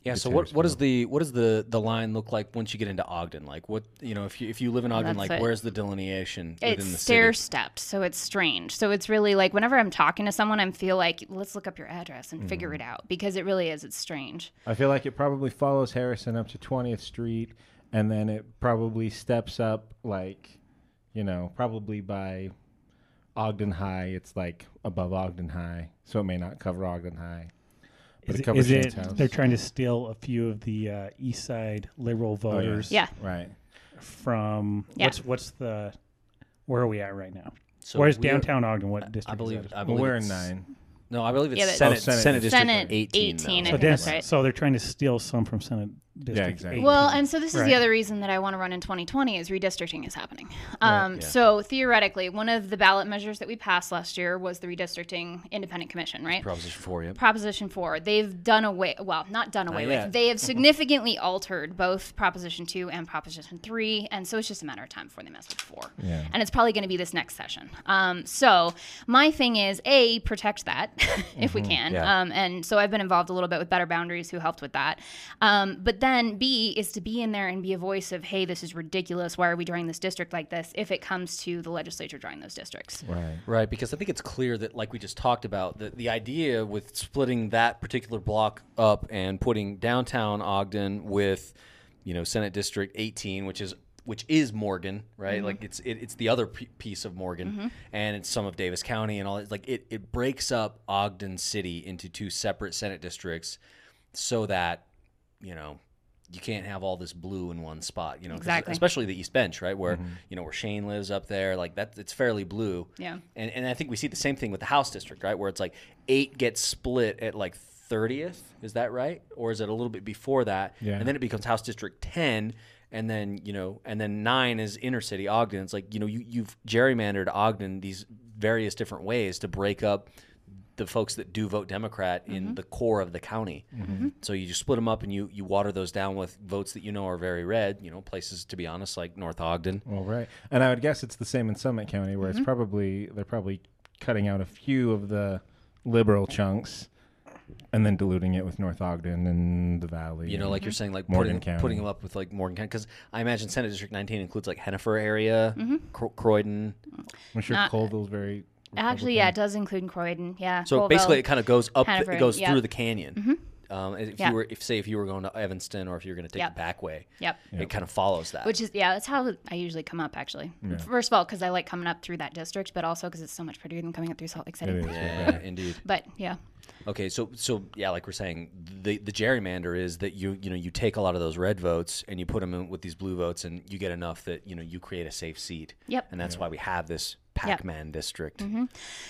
Yeah. So what what is the what does the the line look like once you get into Ogden? Like what you know if you if you live in Ogden, that's like it. where's the delineation It's within the stair city? stepped, so it's strange. So it's really like whenever I'm talking to someone, I feel like let's look up your address and figure Mm-hmm. it out because it really is. It's strange. I feel like it probably follows Harrison up to 20th Street, and then it probably steps up like, you know, probably by Ogden High. It's like above Ogden High, so it may not cover Ogden High. But Is it it, covers is Shane's it house. they're trying to steal a few of the uh, east side liberal voters Yeah, Right. from Yeah. what's what's the where are we at right now? So Where's we are- downtown Ogden? What district? I is believe, that? I Well, believe we're in it's- nine. No, I believe it's Yeah, but- Senate, Oh, Senate Senate District Senate 18. though. 18, I So, think Dan- that's right. so they're trying to steal some from Senate District. exactly. 18. Well, and so this is Right. the other reason that I want to run in 2020 is redistricting is happening. Um, yeah. So theoretically, one of the ballot measures that we passed last year was the redistricting independent commission, right? Proposition 4, yep. Proposition 4. They've done away, well, not done away yet. with. <laughs> They have significantly altered both Proposition 2 and Proposition 3. And so it's just a matter of time before they mess with 4. Yeah. And it's probably going to be this next session. Um, so my thing is A, protect that <laughs> if we can. Mm-hmm. yeah. Um, and so I've been involved a little bit with Better Boundaries, who helped with that. Um, but then B is to be in there and be a voice of, hey, this is ridiculous. Why are we drawing this district like this if it comes to the legislature drawing those districts? Right. Right, because I think it's clear that, like we just talked about, that the idea with splitting that particular block up and putting downtown Ogden with, you know, Senate District 18, which is which is Morgan, Mm-hmm. right? Like it's it, it's the other p- piece of Morgan, and it's some of Davis County and all. that. Like it it breaks up Ogden City into two separate Senate districts, so that you know. You can't have all this blue in one spot, you know. 'cause Exactly. Mm-hmm. Especially the East Bench, right, where you know where Shane lives up there, like that. It's fairly blue. Yeah. And, and I think we see the same thing with the House district, right? Where it's like eight gets split at like 30th. Is that right? Or is it a little bit before that? Yeah. And then it becomes House District 10. And then, you know, and then nine is inner city Ogden. It's like, you know, you, you've gerrymandered Ogden these various different ways to break up the folks that do vote Democrat in the core of the county. So you just split them up and you, you water those down with votes that you know are very red, you know, places, to be honest, like North Ogden. Well, right. And I would guess it's the same in Summit County, where Mm-hmm. it's probably they're probably cutting out a few of the liberal chunks, and then diluting it with North Ogden and the Valley. You know, and- like you're saying, like Mm-hmm. Morgan putting, County. putting them up with like Morgan County, because I imagine Senate District 19 includes like Hennifer area, Mm-hmm. Cro- Croydon. I'm sure uh, Colville's very. Actually, yeah, it does include Croydon. Yeah. So Colville. basically, it kind of goes up, Hennifer, it goes yeah. Mm-hmm. through the canyon. Um, and if Yeah. you were, if say, if you were going to Evanston, or if you're going to take Yep. the back way, Yep. it kind of follows that. Which is yeah, that's how I usually come up actually. First of all, because I like coming up through that district, but also because it's so much prettier than coming up through Salt Lake City. It is. yeah, indeed. But yeah, Okay, so so yeah, like we're saying, the the gerrymander is that you you know you take a lot of those red votes and you put them in with these blue votes, and you get enough that you know you create a safe seat. Yep. Mm-hmm. And that's why we have this Pac-Man district.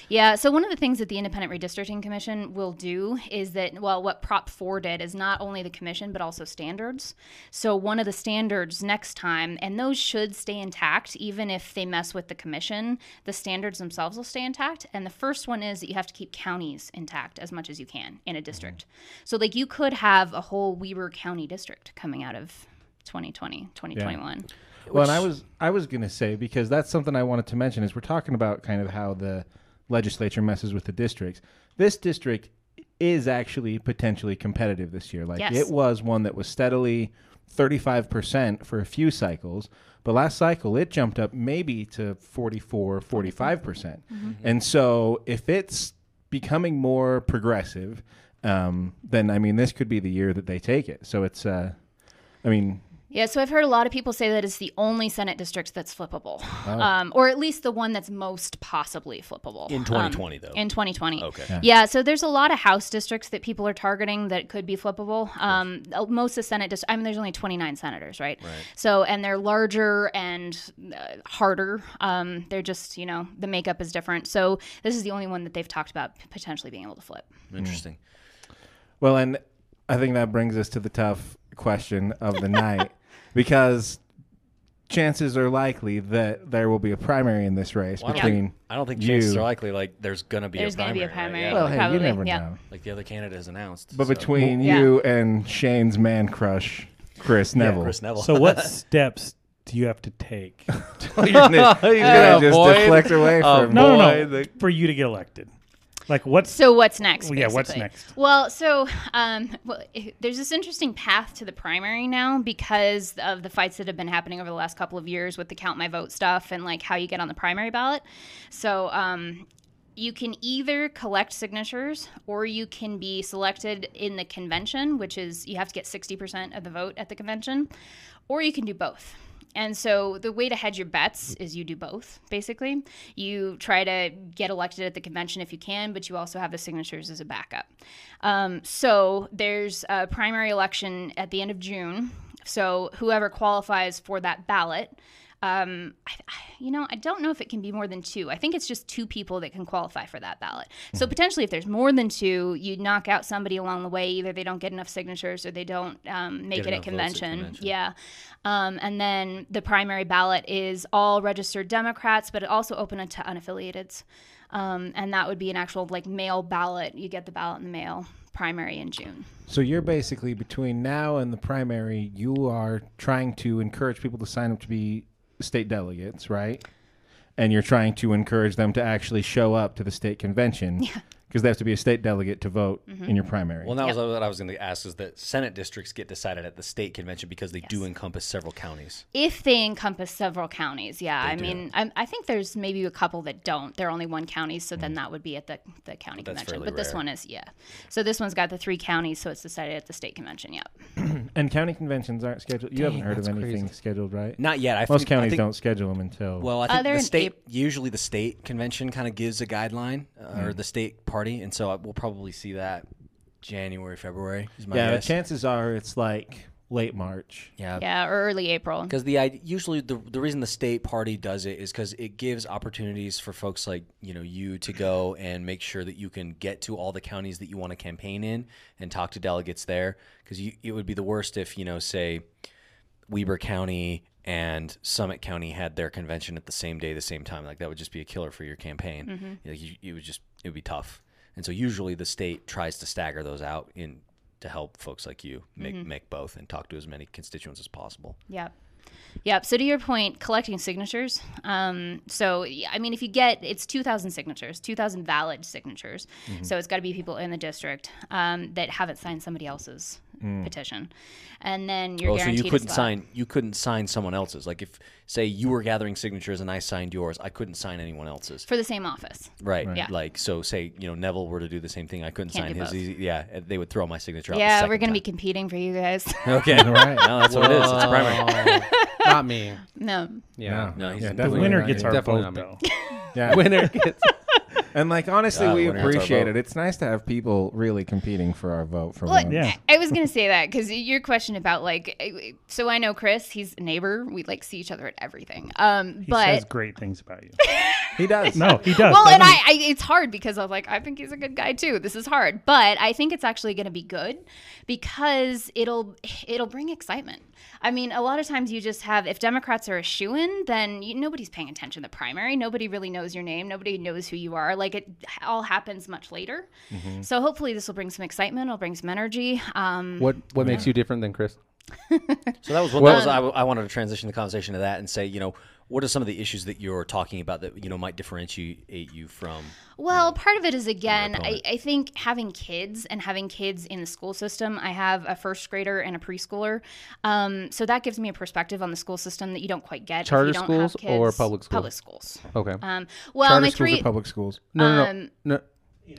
Yeah, so one of the things that the Independent Redistricting Commission will do is that, well, what Prop 4 did is not only the commission, but also standards. So one of the standards next time, and those should stay intact, even if they mess with the commission, the standards themselves will stay intact. And the first one is that you have to keep counties intact as much as you can in a district. So, like, you could have a whole Weber County district coming out of 2020, 2021. Well, and I was I was gonna say because that's something I wanted to mention is we're talking about kind of how the legislature messes with the districts. This district is actually potentially competitive this year. Like Yes. it was one that was steadily 35% for a few cycles, but last cycle it jumped up maybe to 44, 45%. percent And so if it's becoming more progressive, um, then I mean this could be the year that they take it. So it's uh I mean Yeah, so I've heard a lot of people say that it's the only Senate district that's flippable, um, or at least the one that's most possibly flippable Um, In 2020 though. in 2020. Okay. Yeah. so there's a lot of House districts that people are targeting that could be flippable. Um, most of the Senate districts, I mean, there's only 29 senators, right? Right. So, and they're larger and uh, harder. Um, they're just, you know, the makeup is different. So this is the only one that they've talked about p- potentially being able to flip. Mm. Interesting. Well, and I think that brings us to the tough question of the <laughs> night because chances are likely that there will be a primary in this race Well, I don't between. think- I don't think chances you- are likely. Like there's gonna be There's a gonna primary. be a Right? Yeah, primary. Well, like, hey, you Probably, never yeah. know. like the other candidate has announced. But so- between Yeah. you and Shane's man crush, Chris Neville. <laughs> Chris Neville. <laughs> So what steps do you have to take? <laughs> He's gonna- he's Oh, gonna just avoid- deflect away from. No, no, Boy, no. For you to get elected, like what's So what's next? Well, yeah, what's basically? next? Well, so um, well, i- there's this interesting path to the primary now because of the fights that have been happening over the last couple of years with the count my vote stuff and like how you get on the primary ballot. So um, you can either collect signatures or you can be selected in the convention, which is you have to get 60% of the vote at the convention, or you can do both. And so the way to hedge your bets is you do both, basically. You try to get elected at the convention if you can, but you also have the signatures as a backup. Um, so there's a primary election at the end of June. So whoever qualifies for that ballot um, I, I- you know, I don't know if it can be more than two. I think it's just two people that can qualify for that ballot. So Mm-hmm. potentially, if there's more than two, you knock out somebody along the way. Either they don't get enough signatures or they don't um, make Get it at enough votes at convention. convention. Yeah, um, and then the primary ballot is all registered Democrats, but it also open it to unaffiliateds, um, and that would be an actual like mail ballot. You get the ballot in the mail. Primary in June. So you're basically between now and the primary, you are trying to encourage people to sign up to be state delegates, right? And you're trying to encourage them to actually show up to the state convention because they have to be a state delegate to vote in your <laughs> primary. Well, that was what I was going to ask: is that Senate districts get decided at the state convention because they do encompass several counties. If they encompass several counties, yeah. I mean, I, I think there's maybe a couple that don't. They're only one county, so then that would be at the, the county Mm. That's convention. fairly But this rare. one is, yeah. So this one's got the three counties, so it's decided at the state convention, yeah. and county conventions aren't scheduled. You haven't heard of anything scheduled, right? Not yet. I Most think, counties I think, don't schedule them until. Well, I think Other the in state usually the state convention kind of gives a guideline uh, or Mm. the state party, and so I, we'll probably see that January, February. Is my yeah, guess. chances are it's like late March. yeah, Yeah, or early April. Because the id- usually the, the reason the state party does it is because it gives opportunities for folks like you know you to go and make sure that you can get to all the counties that you want to campaign in and talk to delegates there. Because it would be the worst if you know say Weber County and Summit County had their convention at the same day, the same time. Like that would just be a killer for your campaign. You know, you- it would just it would be tough. And so usually the state tries to stagger those out in to help folks like you make make both and talk to as many constituents as possible. Yep. Yep. So to your point, collecting signatures. Um, so yeah, I mean, if you get it's two thousand signatures, two thousand valid signatures. Mm-hmm. So it's got to be people in the district um, that haven't signed somebody else's petition, and then you're Oh, Mm. so guaranteed you a couldn't spot. sign you couldn't sign someone else's. Like if say you were gathering signatures and I signed yours, I couldn't sign anyone else's. for the same office. Right. Yeah. Like so say, you know, Neville were to do the same thing, I couldn't Can't sign do his. both. Easy- Yeah, and they would throw my signature out. yeah, we're gonna be competing for <laughs> you guys. <laughs> be <laughs> <laughs> Okay. All <laughs> right. No, that's what it is. It's a primary. Oh. Not me. no. Yeah. No, he's Yeah, the definitely winner not gets you. our Definitely vote not though? <laughs> Yeah. Winner gets. <laughs> And like honestly, Yeah, we the winner gets Ah, our appreciate vote. it. It's nice to have people really competing for our vote for Well, <laughs> once. Yeah. I was gonna say that because your question about like, I- so I know Chris, he's a neighbor. We like see each other at everything. Um, He but says great things about you. He does. No, he does. well, and I, doesn't I, it's hard because I was like, I think he's a good guy too. This is hard, but I think it's actually going to be good because it'll it'll bring excitement. I mean, a lot of times you just have if Democrats are a shoe in, then you, nobody's paying attention to the primary. Nobody really knows your name. Nobody knows who you are. Like it all happens much later. So hopefully this will bring some excitement. It'll bring some energy. Um, What what makes you different than Chris? So that was what that was. I, I wanted to transition the conversation to that and say, you know, what are some of the issues that you're talking about that you know might differentiate you from? Well, part of it is again, I, I think having kids and having kids in the school system. I have a first grader and a preschooler, um, so that gives me a perspective on the school system that you don't quite get. if you Charter don't have schools or kids. public schools? Public schools. Okay. Um, well, Charter my schools three. are public schools. no, no, no. um, no.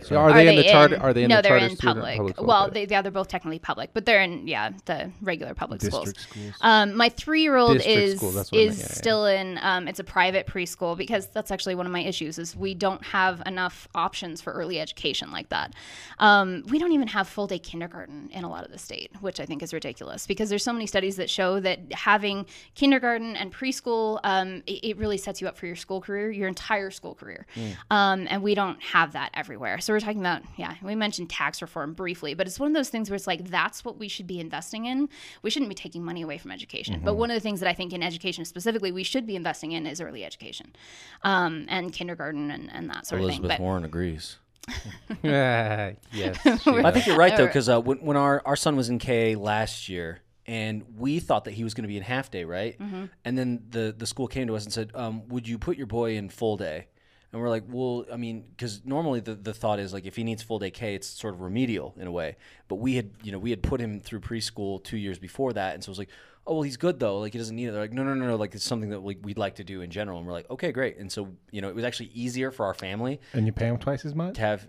So are, they in the charter? Are they in no, the they're charter in student public. schools? well, Okay. <laughs> they, yeah, they're both technically public, but they're in yeah the regular public District schools. schools. Um, my three-year-old District is school, that's what I is meant, yeah, yeah. still in. Um, it's a private preschool because that's actually one of my issues is we don't have enough options for early education like that. Um, we don't even have full-day kindergarten in a lot of the state, which I think is ridiculous because there's so many studies that show that having kindergarten and preschool um, it, it really sets you up for your school career, your entire school career, Mm. um, and we don't have that everywhere. So we're talking about yeah, we mentioned tax reform briefly, but it's one of those things where it's like that's what we should be investing in. We shouldn't be taking money away from education. But Mm-hmm. one of the things that I think in education specifically we should be investing in is early education, um, and kindergarten and, and that sort of Elizabeth thing. But Warren agrees. Ah, <laughs> yes. she I does. think you're right though, because uh, when, when our our son was in KA last year, and we thought that he was going to be in half day, right? Mm-hmm. And then the the school came to us and said, um, "Would you put your boy in full day?" And we're like, "Well, I mean, because normally the, the thought is like if he needs full day K, it's sort of remedial in a way. But we had you know we had put him through preschool two years before that, and so it was like." Oh well, he's good though. Like he doesn't need it. They're like no, no, no, no. Like it's something that we, we'd like to do in general. And we're like, okay, great. And so you know, it was actually easier for our family And you pay them twice as much? to have.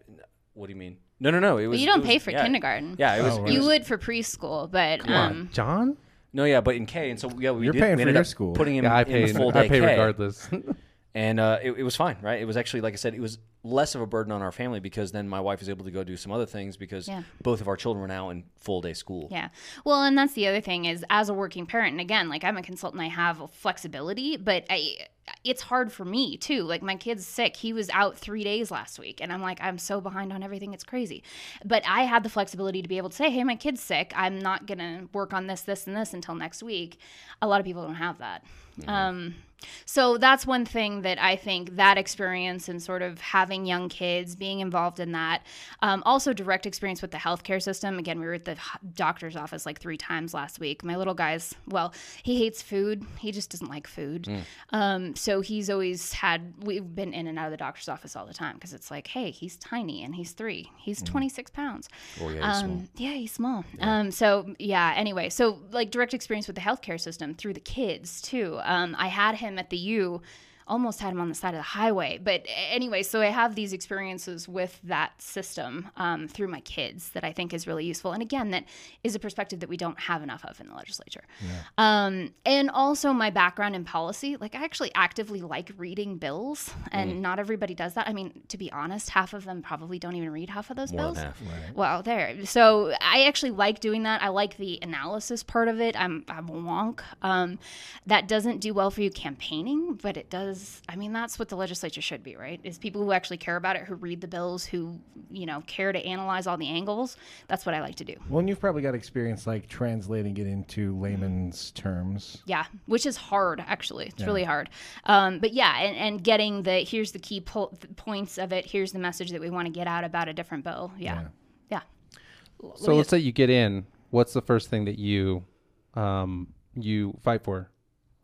What do you mean? No, no, no. It was. you don't it was- pay for yeah. kindergarten. Yeah, it was. Oh, it You was- would for preschool, but um, John? no, yeah, but in K, and so yeah, we You're did, paying we for ended your up school. putting him Yeah, I in pay. the full day I pay K, regardless. <laughs> and uh, it, it was fine, right? It was actually like I said, it was less of a burden on our family because then my wife was able to go do some other things because Yeah. both of our children were now in full day school. Yeah. Well, and that's the other thing is as a working parent, and again, like I'm a consultant, I have flexibility, but I it's hard for me too. Like my kid's sick. He was out 3 days last week and I'm like I'm so behind on everything. It's crazy. But I had the flexibility to be able to say, "Hey, my kid's sick. I'm not going to work on this this and this until next week." A lot of people don't have that. Um so that's one thing that I think that experience and sort of having young kids being involved in that, um, also direct experience with the healthcare system. Again, we were at the h- doctor's office like three times last week. My little guy's well, he hates food. He just doesn't like food. Um, so he's always had. We've been in and out of the doctor's office all the time because it's like, hey, he's tiny and he's three. He's 26 pounds. Hmm. Oh yeah, he's small. Yeah, he's small. Um, so yeah. Anyway, so like direct experience with the healthcare system through the kids too. Um, I had him at the U almost had him on the side of the highway. But anyway, so I have these experiences with that system um, through my kids that I think is really useful. And again, that is a perspective that we don't have enough of in the legislature. Um, and also my background in policy, like I actually actively like reading bills, and Mm. not everybody does that. I mean, to be honest, half of them probably don't even read half of those More bills. than half. Well, there. So I actually like doing that. I like the analysis part of it. I'm I'm a wonk. Um, that doesn't do well for you campaigning, but it does. I mean, that's what the legislature should be, right? Is people who actually care about it, who read the bills, who you know care to analyze all the angles. That's what I like to do. Well, and you've probably got experience like translating it into layman's terms. Yeah, which is hard actually. It's really hard. Um, but yeah, and, and getting the here's the key po- points of it. Here's the message that we want to get out about a different bill. Yeah, yeah. so let's say you get in. What's the first thing that you, um, you fight for,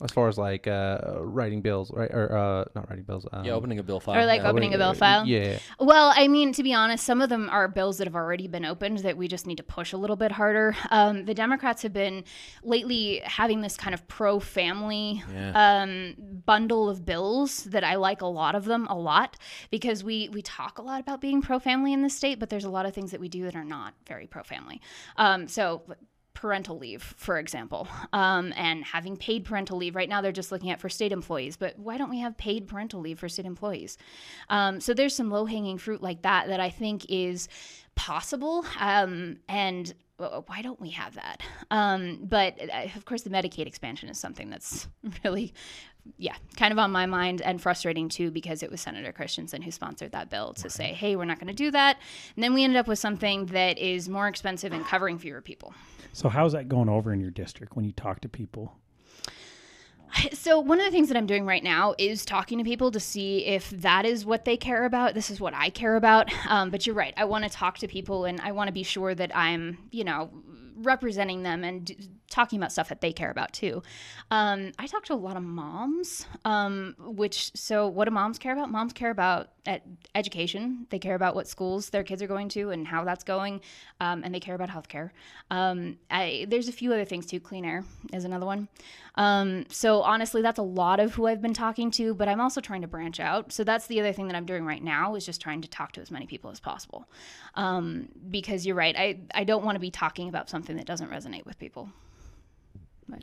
as far as like uh, writing bills, right? Or uh, not writing bills. Um, Yeah, opening a bill file. Or like Uh, yeah. opening a bill file. Yeah. Well, I mean, to be honest, some of them are bills that have already been opened that we just need to push a little bit harder. Um, the Democrats have been lately having this kind of pro family um, bundle of bills that I like a lot of them a lot because we, we talk a lot about being pro family in this state, but there's a lot of things that we do that are not very pro family. Um, so, parental leave, for example, um, and having paid parental leave. Right now, they're just looking at for state employees, but why don't we have paid parental leave for state employees? Um, so there's some low hanging fruit like that that I think is possible. Um, and wh- why don't we have that? Um, but uh, of course, the Medicaid expansion is something that's <laughs> really, yeah, kind of on my mind and frustrating too because it was Senator Christensen who sponsored that bill to say, hey, we're not going to do that. And then we ended up with something that is more expensive and covering fewer people. So how's that going over in your district when you talk to people? <laughs> So one of the things that I'm doing right now is talking to people to see if that is what they care about. This is what I care about. Um, but you're right. I want to talk to people and I want to be sure that I'm, you know, representing them and d- talking about stuff that they care about too. Um, I talk to a lot of moms, um, which so what do moms care about? Moms care about ed- education. They care about what schools their kids are going to and how that's going, um, and they care about healthcare. Um, I, there's a few other things too. Clean air is another one. Um, so honestly, that's a lot of who I've been talking to, but I'm also trying to branch out. So that's the other thing that I'm doing right now is just trying to talk to as many people as possible. Um, because you're right, I, I don't want to be talking about something that doesn't resonate with people. But,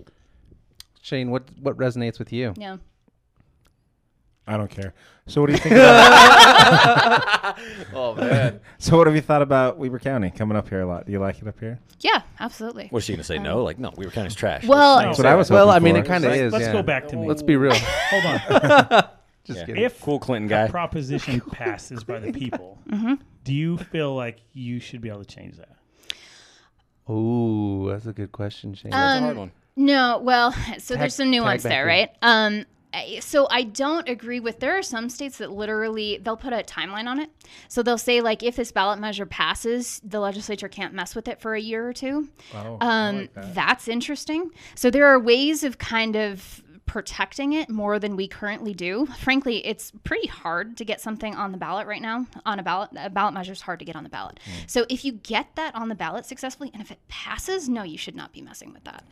Shane, what what resonates with you? yeah. I don't care. So what do you think? About, Oh man, <laughs> so what have you thought about Weber County coming up here a lot? Do you like it up here? Yeah, absolutely. was she gonna say no? Like no, we were kind of trash. Well, That's what I was. Well, I hoping mean, it for. kind of is. Let's yeah. go back to me. Let's be real. <laughs> Hold on. <laughs> Just Yeah. kidding. if cool Clinton a guy. um, proposition <laughs> passes by the people, Mm-hmm. do you feel like you should be able to change that? Ooh, that's a good question, Shane. That's a hard one. No, well, <laughs> so Tag- there's some nuance tag back there, in. right? Um, I- so I don't agree with. There are some states that literally they'll put a timeline on it. So they'll say like, if this ballot measure passes, the legislature can't mess with it for a year or two. Oh, I Um, like that. That's interesting. So there are ways of kind of protecting it more than we currently do. Frankly, it's pretty hard to get something on the ballot right now. On a ballot, a ballot measure is hard to get on the ballot. So if you get that on the ballot successfully, and if it passes, no, you should not be messing with that.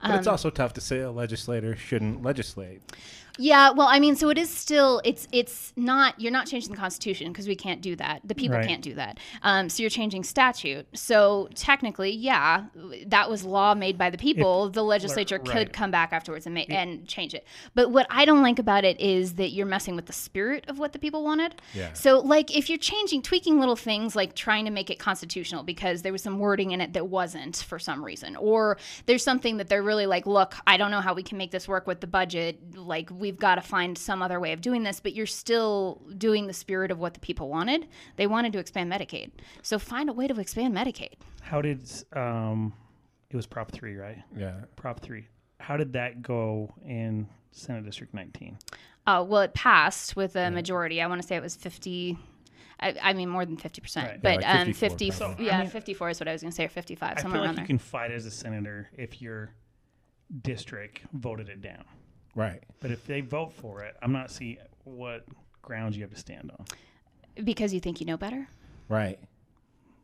But it's also tough to say a legislator shouldn't legislate. Yeah, well, I mean, so it is still it's it's not you're not changing the constitution because we can't do that. The people Right. can't do that. Um, so you're changing statute. So technically, yeah, that was law made by the people. the legislature could right. come back afterwards and ma- and change it. But what I don't like about it is that you're messing with the spirit of what the people wanted. Yeah. So like if you're changing tweaking little things like trying to make it constitutional because there was some wording in it that wasn't for some reason or there's something that they're really like look, I don't know how we can make this work with the budget like we've got to find some other way of doing this but you're still doing the spirit of what the people wanted. They wanted to expand Medicaid. So find a way to expand Medicaid. How did um, it was Prop three, right? Yeah. Prop three. How did that go in Senate District 19? Uh, well, it passed with a majority. I want to say it was 50. I, I mean, more than 50%, Right. but Yeah, like um, 50, 54 probably. yeah, 54 is what I was going to say, or 55, I somewhere feel like around you there. can fight as a senator if your district voted it down. Right. But if they vote for it, I'm not seeing what grounds you have to stand on. because you think you know better? Right.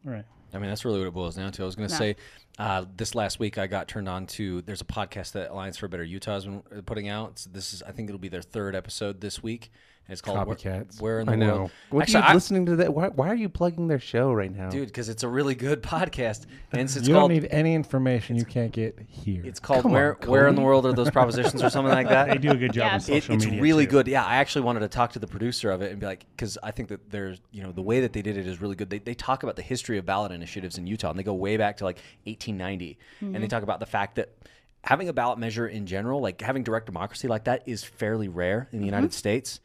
Right. I mean, that's really what it boils down to. I was going to Yeah. say uh, this last week I got turned on to. There's a podcast that Alliance for a Better Utah has been uh, putting out. It's- this is I think it'll be their third episode this week. And it's called Where- Copycats. Where, in the I know. World? What Actually, are you I- listening to that? Why, why are you plugging their show right now? dude, because it's a really good <laughs> podcast, and it's, it's you called don't need any information you can't get here. it's called Where Where in the World Are Those Propositions or something like that. They do a good job Yeah. on It- It- social it's media. really too. good. Yeah, I actually wanted to talk to the producer of it and be like, because I think that there's, you know, the way that they did it is really good. They, they talk about the history of ballot initiatives in Utah, and they go way back to like 1890, and they talk about the fact that having a ballot measure in general, like having direct democracy like that, is fairly rare in the United States.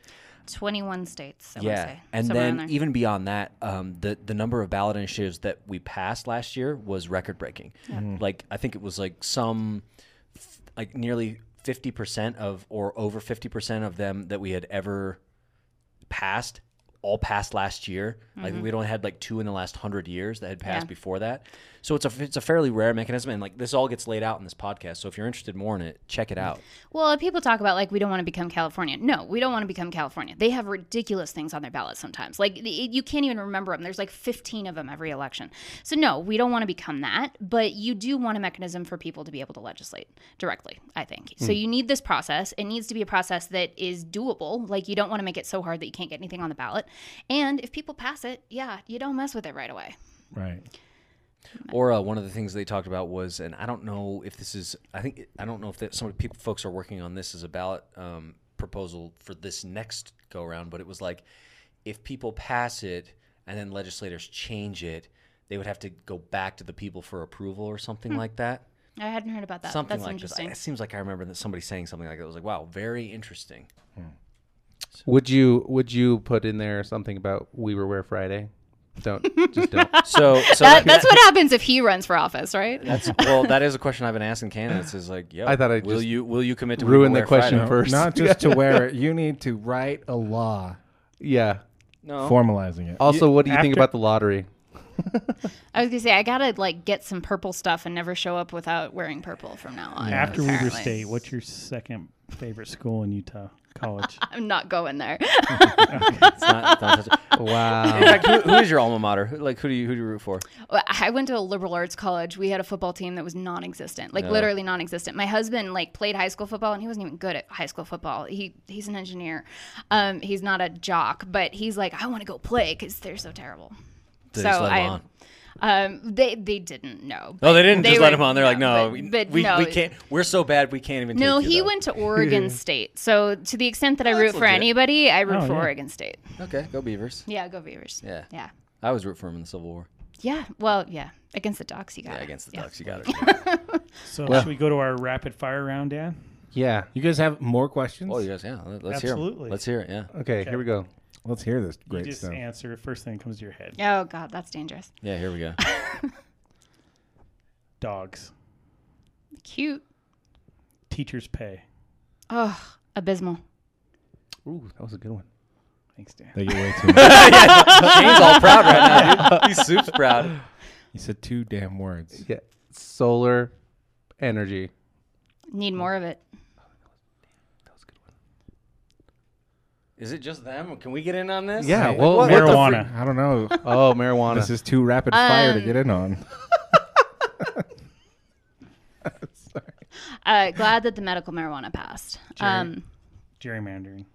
21 states, I would yeah, say. and somewhere around then there. even beyond that, um, the the number of ballot initiatives that we passed last year was record breaking. Like I think it was like some f- like nearly fifty percent of or over fifty percent of them that we had ever passed all passed last year. Like we'd only had like two in the last hundred years that had passed Mm-hmm. Yeah. before that. So it's a it's a fairly rare mechanism, and like this all gets laid out in this podcast. So if you're interested more in it, check Mm. it out. Well, people talk about like we don't want to become California. No, we don't want to become California. They have ridiculous things on their ballots sometimes. Like the- you can't even remember them. There's like 15 of them every election. So no, we don't want to become that. But you do want a mechanism for people to be able to legislate directly. I think Hmm. so. You need this process. It needs to be a process that is doable. Like you don't want to make it so hard that you can't get anything on the ballot. And if people pass it, yeah, you don't mess with it right away. right. Or uh, one of the things they talked about was, and I don't know if this is, I think I don't know if that some of the people folks are working on this as a ballot um, proposal for this next go around, but it was like if people pass it and then legislators change it, they would have to go back to the people for approval or something like that. I hadn't heard about that. Something Hmm. That's like this. I- interesting. It seems like I remember that somebody saying something like that. I was like, wow, very <laughs> interesting. Would you would you put in there something about We Were Where Friday? Don't <laughs> just don't. So, so That, <laughs> that's what happens if he runs for office, right? that's well, that is a question I've been asking candidates. Is <laughs> like, yeah, I thought I'd will just you will you commit to ruin the Wear question Friday? for- First. Not just to wear it. You need to write a law Yeah. No, formalizing it. Also, what do you think after- about the <laughs> lottery? I was gonna say I gotta like get some purple stuff and never show up without wearing purple from now on. After Weber apparently. State, what's your second favorite school in Utah? <laughs> College. I'm not going there. it's not, it's <laughs> not such a- In Wow. fact, who, who is your alma mater? Who- Like, who do you who do you root for? Well, I went to a liberal arts college. We had a football team that was non-existent, like No. literally non-existent. My husband like played high school football, and he wasn't even good at high school football. He he's an engineer. Um, he's not a jock, but he's like, I want to go play because they're so terrible. Did so they just let him I, on? um, they they didn't know. No, they didn't They just let were- him on. They're like, no, but- we, but we, no. we can't. We're so bad, we can't even. No, take you, he though. went <laughs> to Oregon State. So to the extent that I root that's for legit. anybody, I root Oh, for yeah. Oregon State. Okay, go Beavers. Yeah, go Beavers. Yeah. yeah, I was root for him in the Civil War. yeah. Well, yeah, against the Ducks, you got Yeah, it. against the Yeah. Ducks, you <laughs> got it. So should we go to our rapid fire round, Dan? yeah. You guys have more questions? oh, you guys, yeah. let- Let's hear. Absolutely. it. Let's hear it. Yeah, Okay, here we go. Let's hear this You great just stuff. answer first thing that comes to your head. Oh God, that's dangerous. yeah. Here we <laughs> go. Dogs. Cute. Teachers pay. Oh, abysmal. Ooh, that was a good one. Thanks, Dan. They get way too much. He's all proud right now. Dude. He's soup's proud. you said two damn words. Yeah. Solar energy. Mm. Need more of it. Is it just them? Can we get in on this? Yeah, Like, <laughs> well, what- what the marijuana. freak- I don't know. Oh, marijuana. this is too rapid fire to Um, get in on. Uh, glad that the medical marijuana passed. Um, Gerrymandering.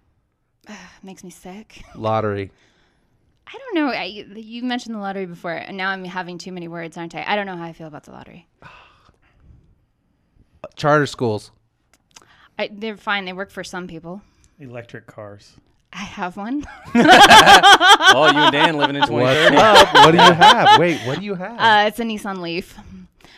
makes me sick. lottery. I don't know. I, you mentioned the lottery before, and now I'm having too many words, aren't I? I don't know how I feel about the lottery. Charter schools. I, they're fine. They work for some people. Electric cars. I have one. <laughs> Oh, you and Dan living in What's 2030. up? What <laughs> do you have? Wait, what do you have? Uh, it's a Nissan Leaf.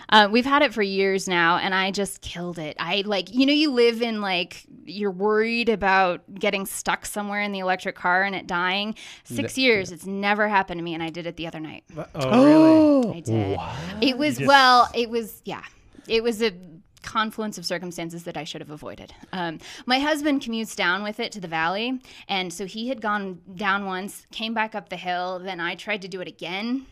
Uh, we've had it for years now, and I just killed it. I like, you know, you live in like, you're worried about getting stuck somewhere in the electric car and it dying. Six years, it's never happened to me, and I did it the other night. Oh, I did. It was, well, it was, yeah, it was a confluence of circumstances that I should have avoided. Um, my husband commutes down with it to the valley, and so he had gone down once, came back up the hill, then I tried to do it again.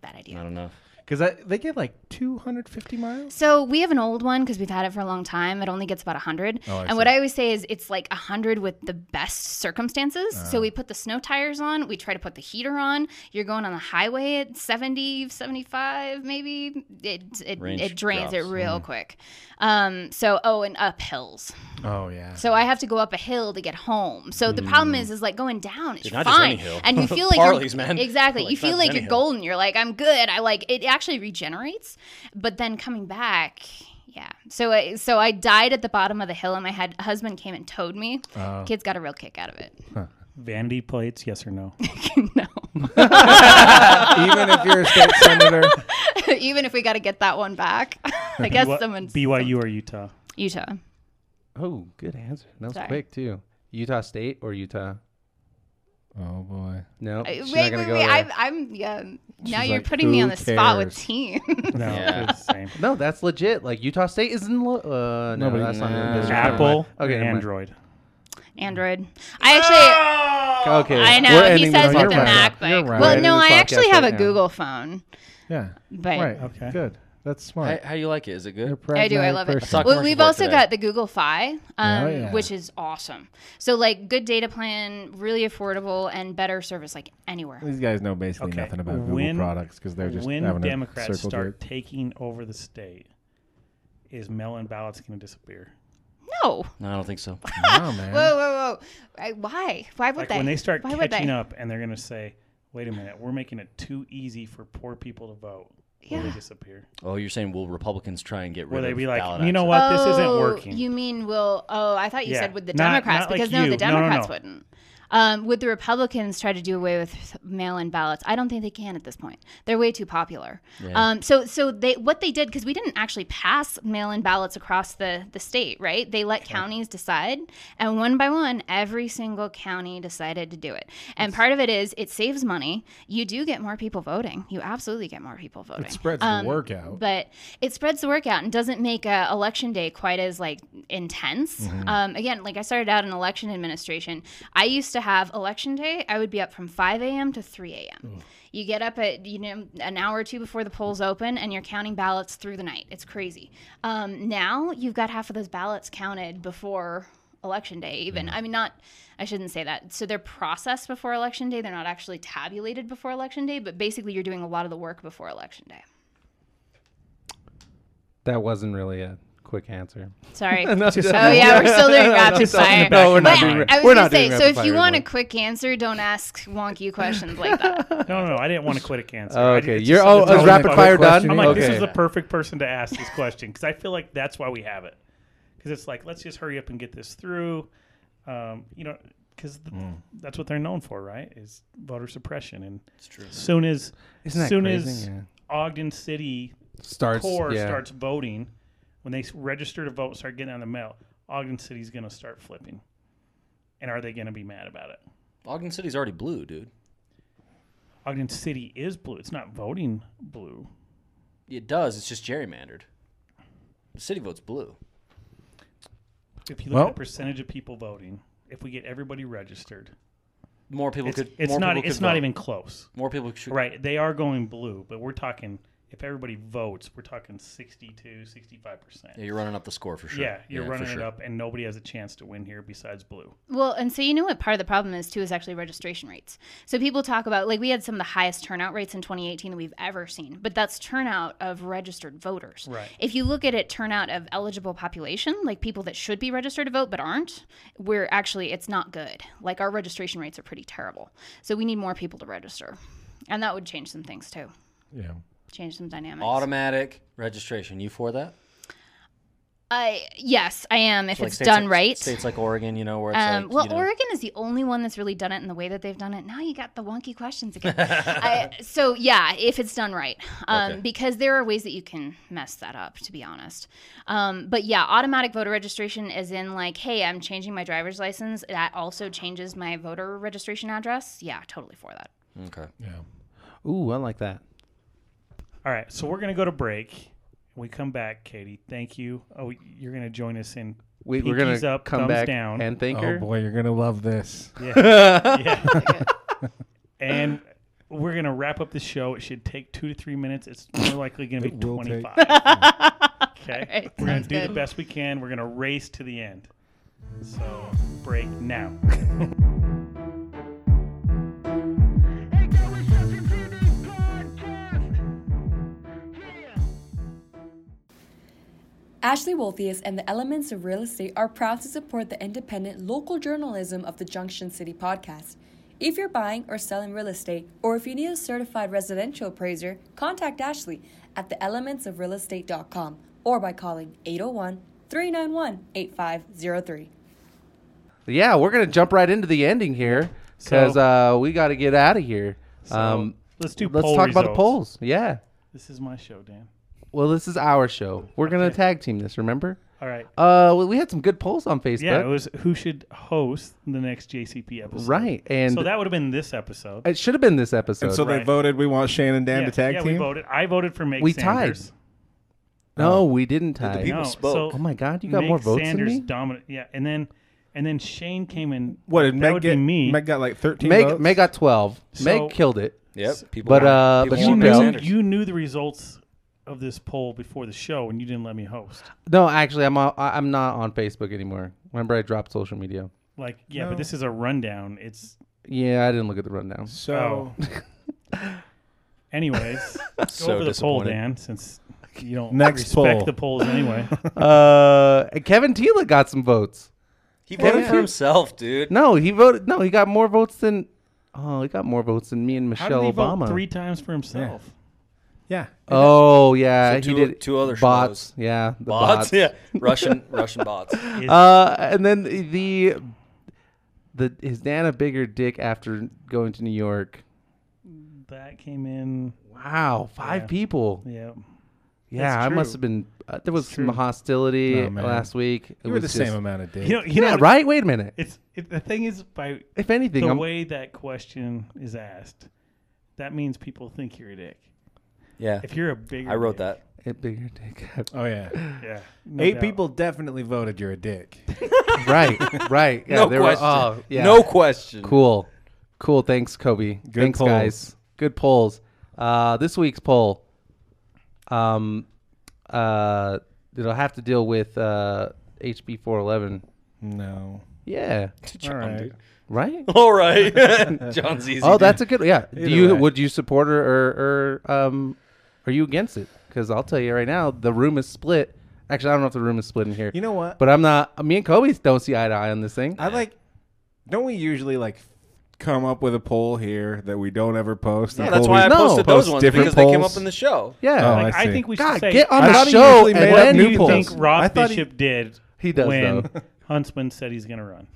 Bad idea. I don't know. Because they get like 250 miles. So we have an old one because we've had it for a long time. It only gets about 100. and what I always say is it's like 100 with the best circumstances. So we put the snow tires on, we try to put the heater on. You're going on the highway at 70, 75 maybe. It it, Range it drains drops. it real quick. Um so oh and up hills. Oh yeah. So I have to go up a hill to get home. So the problem is, is like going down is Hmm. Dude, not just fine, any hill. and you <laughs> feel like you're- Parleys, man. exactly. Like, you feel not like just you're any hill. golden. You're like, I'm good. I like it. Actually regenerates, but then coming back, yeah. So I, so I died at the bottom of the hill, and my head, husband came and towed me. Oh. Kids got a real kick out of it. <laughs> Vandy plates, yes or no? no, <laughs> Even if uh, you're a state senator, even if we got to get that one back, <laughs> I guess What- someone's BYU or Utah? Utah. oh, good answer. That was Sorry. quick too. Utah State or Utah? oh boy. No, Wait, she's Uh, wait, not gonna wait! go there. I'm, I'm yeah. Now She's you're like, putting me who on the spot with cares? <laughs> team. <laughs> No, Yeah. it's the same. No, that's legit. Like Utah State is in. Lo- uh, no, Nobody- that's not Nah. in Apple Okay, or never mind. Android. Android. I Ah! actually. Okay, Oh, I we're know. He ending this says podcast. with the MacBook. right. Well, Ending no, this I podcast actually have right a now. Google phone, Yeah. but Right. Okay. Good. That's How, smart. how you like it? Is it good? I do. I love it. person. Saw a Well, commercial we've for it also today. got the Google Fi, um, Oh, yeah. which is awesome. So, like, good data plan, really affordable, and better service like anywhere. These guys know basically Okay. nothing about Google When- products because they're just when having a Democrats circle start <laughs> jerk. taking over the state, is mail-in ballots going to disappear? No. No, I don't think so. No, man. Whoa, whoa, whoa! I, why? Why would Like they? when they start Why would catching they? up, and they're going to say, "Wait a minute, we're making it too easy for poor people to vote." Will they Yeah. disappear? Oh, you're saying will Republicans try and get rid Will they of be like, ballot you know access? what, this isn't Oh, working? You mean will? Oh, I thought you Yeah. said with the Not- Democrats not like because no, you. the No, no, Democrats no. wouldn't. Um, would the Republicans try to do away with mail-in ballots? I don't think they can at this point. They're way too popular. Um, so, so they what they did because we didn't actually pass mail-in ballots across the the state, right? They let counties decide, and one by one, every single county decided to do it. And part of it is it saves money. You do get more people voting. You absolutely get more people voting. It spreads Um, the workout. but it spreads the workout and doesn't make uh, election day quite as like intense um, again like i started out in election administration i used to have election day i would be up from 5 a.m to 3 a.m you get up at you know an hour or two before the polls open and you're counting ballots through the night it's crazy um, now you've got half of those ballots counted before election day even i mean not i shouldn't say that so they're processed before election day they're not actually tabulated before election day but basically you're doing a lot of the work before election day That wasn't really a quick answer. Sorry. <laughs> No, just- oh yeah, we're still doing <laughs> no, rapid just open fire. it back No, we're not But doing ra- I was we're gonna not say, doing so rapid if you fire want a anymore. quick answer, don't <laughs> ask wonky questions like that. No, no, no. I didn't want to quit at cancer. I did- Okay, it's you're just- oh, it's is all rapid about- fire question. done? I'm like, this okay. is the perfect person to ask this question because I feel like that's why we have it. Because it's like, let's just hurry up and get this through. Um, you know, because Hmm. that's what they're known for, right? Is voter suppression. And it's true. Soon as, Isn't that soon crazy? as Yeah. Ogden City starts. core yeah. starts voting, when they s- register to vote, start getting out of the mail, Ogden City's going to start flipping. And are they going to be mad about it? Ogden City's already blue, dude. Ogden City is blue. It's not voting blue. It does. It's just gerrymandered. The city votes blue. If you look Well- at the percentage of people voting, if we get everybody registered, More people it's, could. it's more not e, People it's could not vote. even close. More people should. Right, they are going blue, but we're talking if everybody votes, we're talking 62, 65 percent. Yeah, you're running up the score for sure. Yeah, you're for running sure. it up, and nobody has a chance to win here besides blue. Well, and so you know what part of the problem is too is actually registration rates. So people talk about like we had some of the highest turnout rates in 2018 that we've ever seen, but that's turnout of registered voters. Right. If you look at it, turnout of eligible population, like people that should be registered to vote but aren't, we're actually it's not good. Like our registration rates are pretty terrible. So we need more people to register, and that would change some things too. yeah. change some dynamics. Automatic registration. You for that? I yes, I am. If Like it's states done like- right. States like Oregon, you know, where it's um, like. well, you know, Oregon is the only one that's really done it in the way that they've done it. Now you got the wonky <laughs> questions again. I, so yeah, if it's done right, um, Okay. because there are ways that you can mess that up, to be honest. Um, but yeah, automatic voter registration is in like, hey, I'm changing my driver's license. That also changes my voter registration address. Yeah, totally for that. Okay. Ooh, I like that. All right, so we're gonna go to break. We come back, Katie. Thank you. Oh, you're gonna join us in. We, we're pinkies gonna up, come thumbs back down. and thank Oh her. boy, you're gonna love this. Yeah. and we're gonna wrap up the show. It should take two to three minutes. It's more likely gonna be It will twenty take- <laughs> five. okay. right, we're gonna sounds do the good. best we can. We're gonna race to the end. So break <laughs> now. Ashley Wolthius and the Elements of Real Estate are proud to support the independent local journalism of the Junction City podcast. If you're buying or selling real estate, or if you need a certified residential appraiser, contact Ashley at theelementsofrealestate.com or by calling 801 391 8503. Yeah, we're gonna jump right into the ending here because uh, we got to get out of here. um, let's do Let's poll talk about the results. polls. Yeah. This is my show, Dan. Well, this is our show. We're gonna tag team this. Remember? All right. Uh, well, we had some good polls on Facebook. Yeah, it was who should host the next JCP episode. right, and So that would have been this episode. it should have been this episode. And so they Right. voted. We want Shane and Dan yeah, to tag yeah, team. we voted. I voted for Meg We tied. Sanders. no, we didn't tie. No, spoke. So Oh my God, you got Meg more votes than Sanders me? dominant. Yeah, and then and then Shane came in. What did that Meg would get? Be me. Meg got like 13 Meg, votes. Meg got twelve. So- Meg killed it. Yep. People But, want- uh, people want but you she Bernie knew- knew, Sanders. you knew the results of this poll before the show, and you didn't let me host. No, actually, I'm o- I- I'm not on Facebook anymore. Remember, I dropped social media. Like, yeah, No. but this is a rundown. It's Yeah, I didn't look at the rundown. So anyways. <laughs> So go over the poll, disappointed. Dan, since you don't Next respect poll. the polls <laughs> anyway. Uh, Kevin Teela got some votes. He voted yeah. for himself, <laughs> dude. No, he voted. No, he got more votes than. Oh, he got more votes than me and How Michelle did he Obama. vote three times for himself? yeah, Oh yeah, So he two- did two other bots. schmoes. Yeah, <laughs> the Bots. Yeah. Russian Russian bots. Is- Uh, and then the the is Dan a bigger dick after going to New York? That came in. Wow, five Yeah. people. Yeah. Yeah, That's I must true. have been. Uh, there was It's some true. hostility No, man. last week. It You were was the just- same amount of dick. You know. You yeah, know. right. Wait a minute. It's it, the thing is by If anything, the I'm, way that question is asked, that means people think you're a dick. Yeah, If you're a bigger, I wrote dick- that. a bigger dick. <laughs> oh yeah, Yeah. no eight doubt. people definitely voted you're a dick. right, right. Yeah, no they question. were- oh, yeah. No question. Cool. Cool. Thanks, Kobe. Thanks, polls. guys. Good polls. Uh, this week's poll, um, uh, it'll have to deal with uh, HB 411. No. Yeah. John, dude. Right? <laughs> All right, <laughs> John's <laughs> easy. oh, that's a good Yeah. Do you way. would you support her or, or um, are you against it? Because I'll tell you right now, the room is split. Actually, I don't know if the room is split in here. You Oh, know what? But I'm not. Me and Kobe don't see eye to eye on this thing. I like. Don't we usually like come up with a poll here that we don't ever post? yeah, that's why I No. posted those Post ones different because they came polls. up in the show. yeah. Oh, Like, I I, see. think we should God, say. get on I the thought he show usually and made then up you new I polls. think think Roth I thought he- Bishop did He does, when <laughs> though. Huntsman said he's going to run.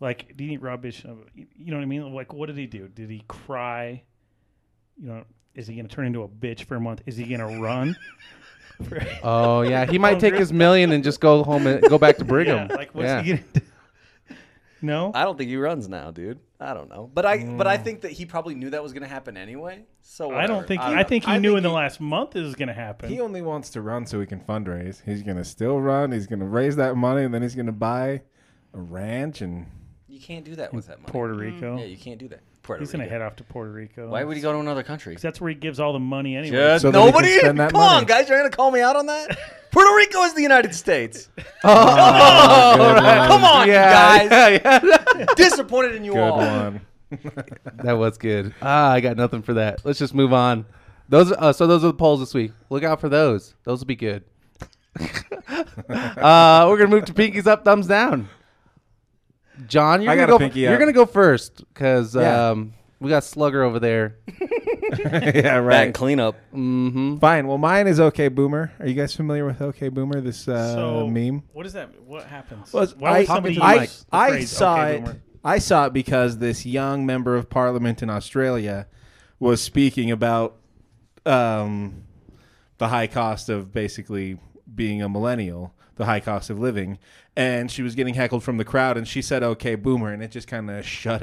Like, do you think Rob Bishop? You know what I mean? Like, what did he do? Did he cry? You know, is he going to turn into a bitch for a month? Is he going to <laughs> run? Oh yeah, he might take his million and just go home and go back to Brigham. Yeah, like, what's he going to do? <laughs> No. I don't think he runs now, dude. I don't know, but I but I think that he probably knew that was going to happen anyway. So Mm. I whatever. don't think. don't I, know. think he I knew think in the he- last month it was going to happen. He only wants to run so he can fundraise. He's gonna still run. He's gonna raise that money, and then he's gonna buy a ranch. And you can't do that with that money. Puerto Rico. Yeah, you can't do that. Puerto He's going Rico. to head off to Puerto Rico. Why would he go to another country? 'Cause that's where he gives all the money anyway. Yeah, So that we can nobody. Come <laughs> spend that on, money. guys, you're gonna call me out on that. Puerto Rico is the United <laughs> States. Good one. Come on, you Yeah, guys. yeah, yeah. <laughs> Disappointed in you Good all. one. that was good. Ah, I got nothing for that. Let's just move on. Those are- uh, so those are the polls this week. Look out for those. Those will be good. <laughs> uh, we're gonna move to pinkies up, thumbs down. John, you're I gonna got a go. pinky you're up. gonna go first because Yeah. um, we got Slugger over there. <laughs> yeah, Back and right. clean up. Mm-hmm. Fine. Well, mine is OK Boomer. Are you guys familiar with OK Boomer? This uh, so meme. What is that? What happens? Well, Why would I- somebody I, use the I phrase, saw "Okay, it. <laughs> boomer"? I saw it because this young member of parliament in Australia was speaking about um, the high cost of basically being a millennial, the high cost of living, and she was getting heckled from the crowd, and she said, "Okay, boomer," and it just kind of shut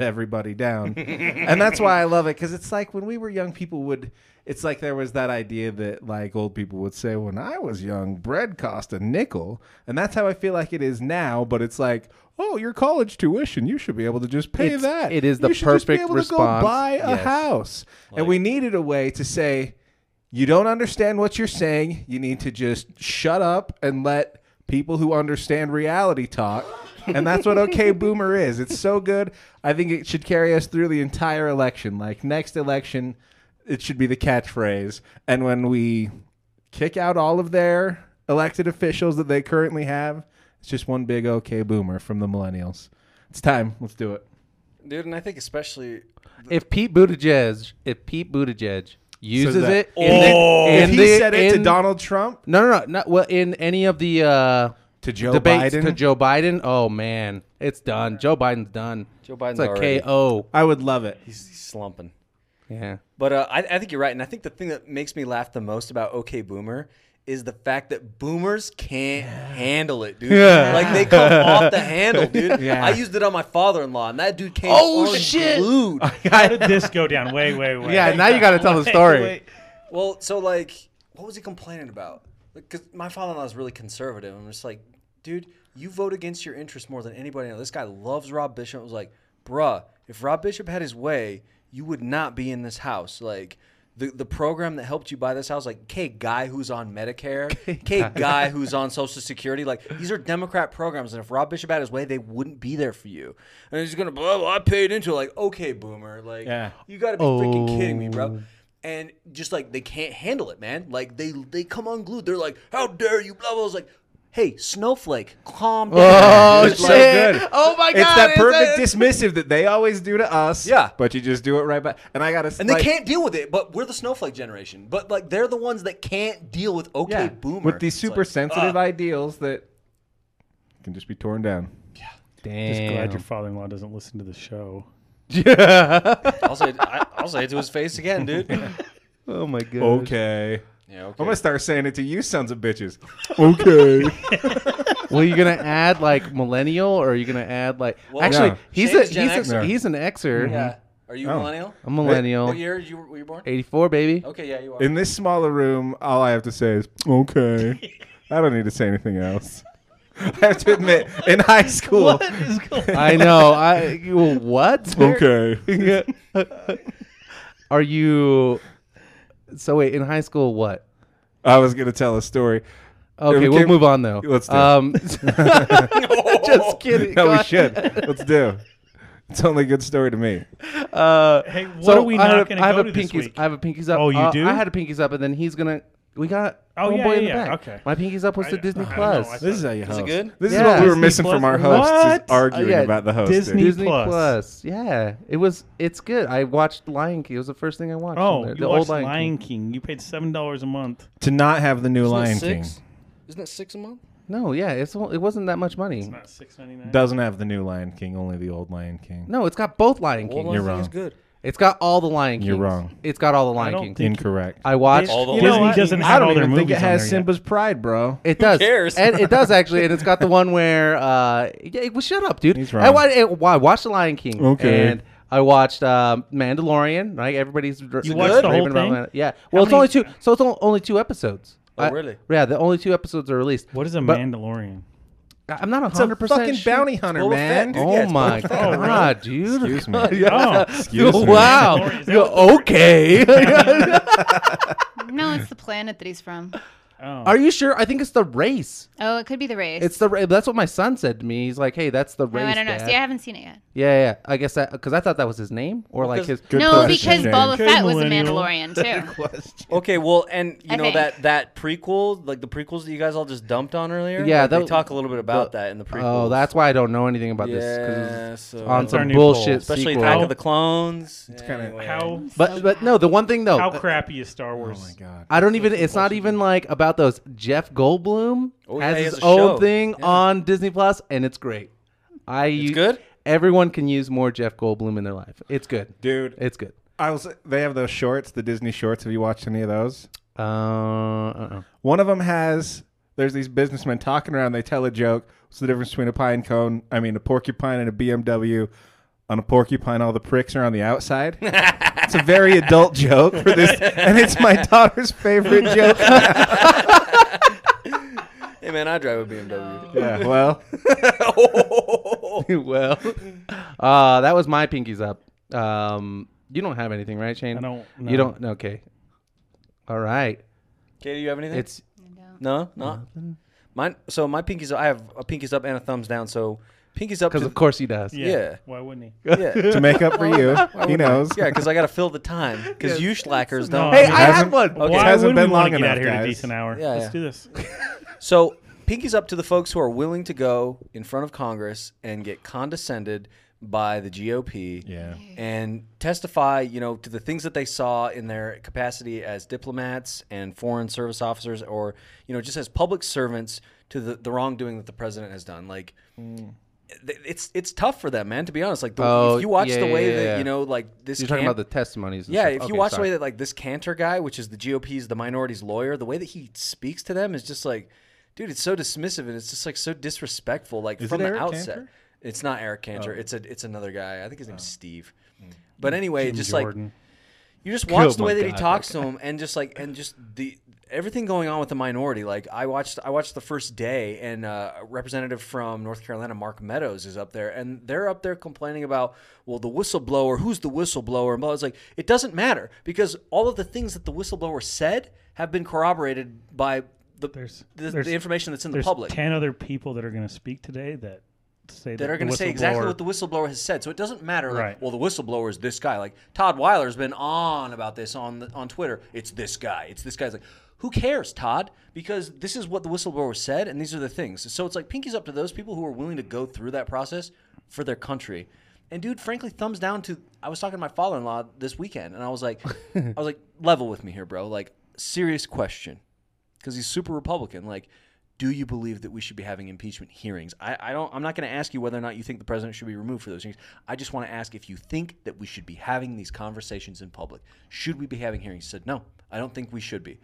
<laughs> everybody down, and that's why I love it because it's like when we were young, people would. It's like there was that idea that like old people would say, "When I was young, bread cost a nickel," and that's how I feel like it is now. But it's like. Oh, your college tuition. You should be able to just pay It's- that. it is the You should just be perfect able response. To go buy a Yes. house. and we needed a way to say, you don't understand what you're saying. You need to just shut up and let people who understand reality talk. And that's what OK Boomer is. It's so good. I think it should carry us through the entire election. Like next election, it should be the catchphrase. And when we kick out all of their elected officials that they currently have, it's just one big OK Boomer from the millennials. It's time. Let's do it. Dude, and I think especially If Pete Buttigieg, if Pete Buttigieg uses that- it, in the- Oh. if in he the- said it to in- Donald Trump, No, no, no. Not, well, in any of the uh, to Joe debates Biden, to Joe Biden, oh man, it's done. Joe Biden's done. Joe Biden's it's a already- KO. I would love it. he's, he's slumping. Yeah. But uh, I, I think you're right, and I think the thing that makes me laugh the most about OK Boomer is the fact that boomers can't handle it, dude. Like they come <laughs> off the handle, dude. Yeah. I used it on my father-in-law, and that dude came Oh, unglued. shit. How did this go down? Wait, wait, wait. Yeah. Now you got to tell the story. Wait. Well, so like, what was he complaining about? Because my father-in-law is really conservative. I'm just like, dude, you vote against your interests more than anybody else. This guy loves Rob Bishop. I was like, bruh, if Rob Bishop had his way, you would not be in this house. Like. The, the program that helped you buy this house, like K guy who's on Medicare, <laughs> K guy who's on Social Security, like these are Democrat programs, and if Rob Bishop had his way, they wouldn't be there for you. And he's gonna, blah, blah, I paid into it, like okay, boomer, like Yeah. you gotta be freaking kidding me, Oh. bro. And just like they can't handle it, man. Like they they come unglued. They're like, "How dare you?" Blah blah. It's like, "Hey, snowflake, calm down." <laughs> Oh It's shit! like- Oh my god! It's that perfect that- dismissive that they always do to us. Yeah. but you just do it right back. And I gotta. and they can't deal with it. But we're the snowflake generation. But like they're the ones that can't deal with okay boomer with these It's super like, sensitive ideals that can just be torn down. Yeah, Just glad your Damn. father-in-law doesn't listen to the show. I'll say, I, I'll say it to his face again, <laughs> dude. oh my god. Okay. Yeah, okay. I'm gonna start saying it to you, sons <laughs> of bitches. Okay. Well, you're gonna add like millennial, or are you gonna add like? Well, actually, Yeah. he's Shane's a Gen he's a, Xer. he's an Xer. yeah. Uh, Are Oh. you a millennial? A millennial. What year you, were you born? Eighty four, baby. Okay, yeah, you are. <laughs> In this smaller room, all I have to say is okay. I don't need to say anything else. <laughs> I have to admit, in high school, is <laughs> going I know. I you- <laughs> what? okay. <laughs> Are you? So wait, in high school, what? <laughs> I was gonna tell a story. Okay, we we'll can't- move on though. Let's do <laughs> it. um, <laughs> just kidding. <laughs> No, Go we on. should. Let's do. It's only a good story to me. Uh, Hey, what so are we I have, not going I to have go a to pinkies. this week? I have a pinkies up. Oh, you Uh, do? I had a pinkies up, and then he's gonna. We got. Oh, homeboy yeah, in the yeah, back. okay. My pinkies up was to Disney I know, Plus. I This is how you it host. good? This is Yeah. what we were Disney missing Plus- from our hosts is What? arguing Uh, yeah, about the host. Disney- Disney Plus. Plus. Yeah, it was. It's good. I watched Lion King. It was the first thing I watched. on oh, there. you the watched old Lion, King. You paid seven dollars a month. To not have the new Lion King Isn't it six a month? No, yeah, it's it wasn't that much money. Not six ninety nine. doesn't have the new Lion King, only the old Lion King. no, it's got both Lion Kings. Well, You're I think wrong. It's good. It's got all the Lion Kings. You're wrong. It's got all the Lion don't Kings. think- Incorrect. I watched. All the You Lion know King. what? doesn't I have all don't their even movies think it on has there yet. Simba's Pride, bro. It does. cares? and it does actually, and it's got the one where uh, yeah, well, shut up, dude. He's I, wrong. wa- I, wa- I watched The Lion King. Okay. And I watched um, Mandalorian. Right, everybody's dr- You dr- watched the raving whole about thing? Mandal- Yeah. Well, it's many- only two. So it's on- only two episodes. Oh, I- really? Yeah, the only two episodes are released. What is a But- Mandalorian? I- I'm not It's a hundred percent. fucking bounty hunter, Boba man. Fett, dude. Oh Yeah, it's my Boba Fett. god, Oh, really? dude! Excuse <laughs> me. Oh, Excuse me. Wow. Mandalorian, is that You're what the- okay. <laughs> No, it's the planet that he's from. Oh. Are you sure? I think it's the race. <laughs> Oh, it could be the race. It's the ra- that's what my son said to me. He's like, "Hey, that's the no, race." I don't know. Dad." See, I haven't seen it yet. Yeah, yeah. I guess that because I thought that was his name or like his. Because- Good no, question, because Shane. Boba Okay, Fett was a <laughs> millennial. Mandalorian too. Okay, well, and you I know think. that that prequel, like the prequels that you guys all just dumped on earlier. Yeah, like, they that- talk a little bit about that in the prequel. Oh, that's why I don't know anything about yeah, this because so, on our some new poll. bullshit especially sequel. Attack of the Clones. It's kinda- how but but no, the one thing though, how uh, crappy is Star Wars? Oh my god. I don't even. It's not even like about those. Jeff Goldblum Oh, yeah, has he his has a own show. thing Yeah. on Disney Plus, and it's great. I it's good? Everyone can use more Jeff Goldblum in their life. It's good. Dude, It's good. I was they have those shorts, the Disney shorts. Have you watched any of those? Uh, uh-uh. One of them has there's these businessmen talking around. They tell a joke. What's the difference between a pine cone? I mean, a porcupine and a BMW. On a porcupine, all the pricks are on the outside. it's a very adult joke for this, and it's my daughter's favorite <laughs> joke. Hey man, I drive a <laughs> BMW. yeah, <laughs> well, Oh. well, <laughs> uh, that was my pinkies up. Um, you don't have anything, right, Shane? I don't know. You don't. Okay. All right. <laughs> Katie, do you have anything? It's no, no. Mine. So my pinkies. I have a pinkies up and a thumbs down. So pinkies up because to- of course he does. Yeah. Why wouldn't he? <laughs> Yeah. to make up for <laughs> you, he knows. Yeah, because I got to fill the time. Because you slackers don't. Hey, I mean, I have hasn't- one. Okay. Why Hasn't wouldn't been we wanna long get enough, out here in guys. a decent hour? Yeah, Let's yeah. do <laughs> this. So, pinkies up to the folks who are willing to go in front of Congress and get condescended by the GOP Yeah. and testify, you know, to the things that they saw in their capacity as diplomats and foreign service officers or, you know, just as public servants to the, the wrongdoing that the president has done. Like th- it's it's tough for them, man, to be honest. Like the, Mm. Oh, if you watch yeah, the way yeah, that, yeah. you know, like this You're talking camp- about the testimonies. and yeah, stuff. if Okay, you watch sorry. the way that like this Cantor guy, which is the GOP's the minority's lawyer, the way that he speaks to them is just like, dude, it's so dismissive and it's just like so disrespectful. Like Is from it the Eric outset, Cantor? it's not Eric Cantor. It's a it's another guy. I think his name's Steve. But anyway, just like Jordan. you just watch Oh the my way that he God, talks to him, and just like and just the everything going on with the minority. Like I watched, I watched the first day, and uh, a representative from North Carolina, Mark Meadows, is up there, and they're up there complaining about, well, the whistleblower, who's the whistleblower, and blah. It's like it doesn't matter because all of the things that the whistleblower said have been corroborated by the There's- the, there's- the information that's in the There's public. ten other people that are going to speak today that say that are going to say exactly what the whistleblower has said. So it doesn't matter. Like, Right. well, the whistleblower is this guy. Like Todd Weiler's been on about this on the, on Twitter. It's this guy. It's this guy's like, who cares, Todd? Because this is what the whistleblower said, and these are the things. So it's like pinkies up to those people who are willing to go through that process for their country. And dude, frankly, thumbs down to. I was talking to my father-in-law this weekend, and I was like, <laughs> I was like, level with me here, bro. Like, serious question because he's super Republican. Like, do you believe that we should be having impeachment hearings? I, I don't. I'm not going to ask you whether or not you think the president should be removed for those things. I just want to ask if you think that we should be having these conversations in public. Should we be having hearings? He said, no, I don't think we should be.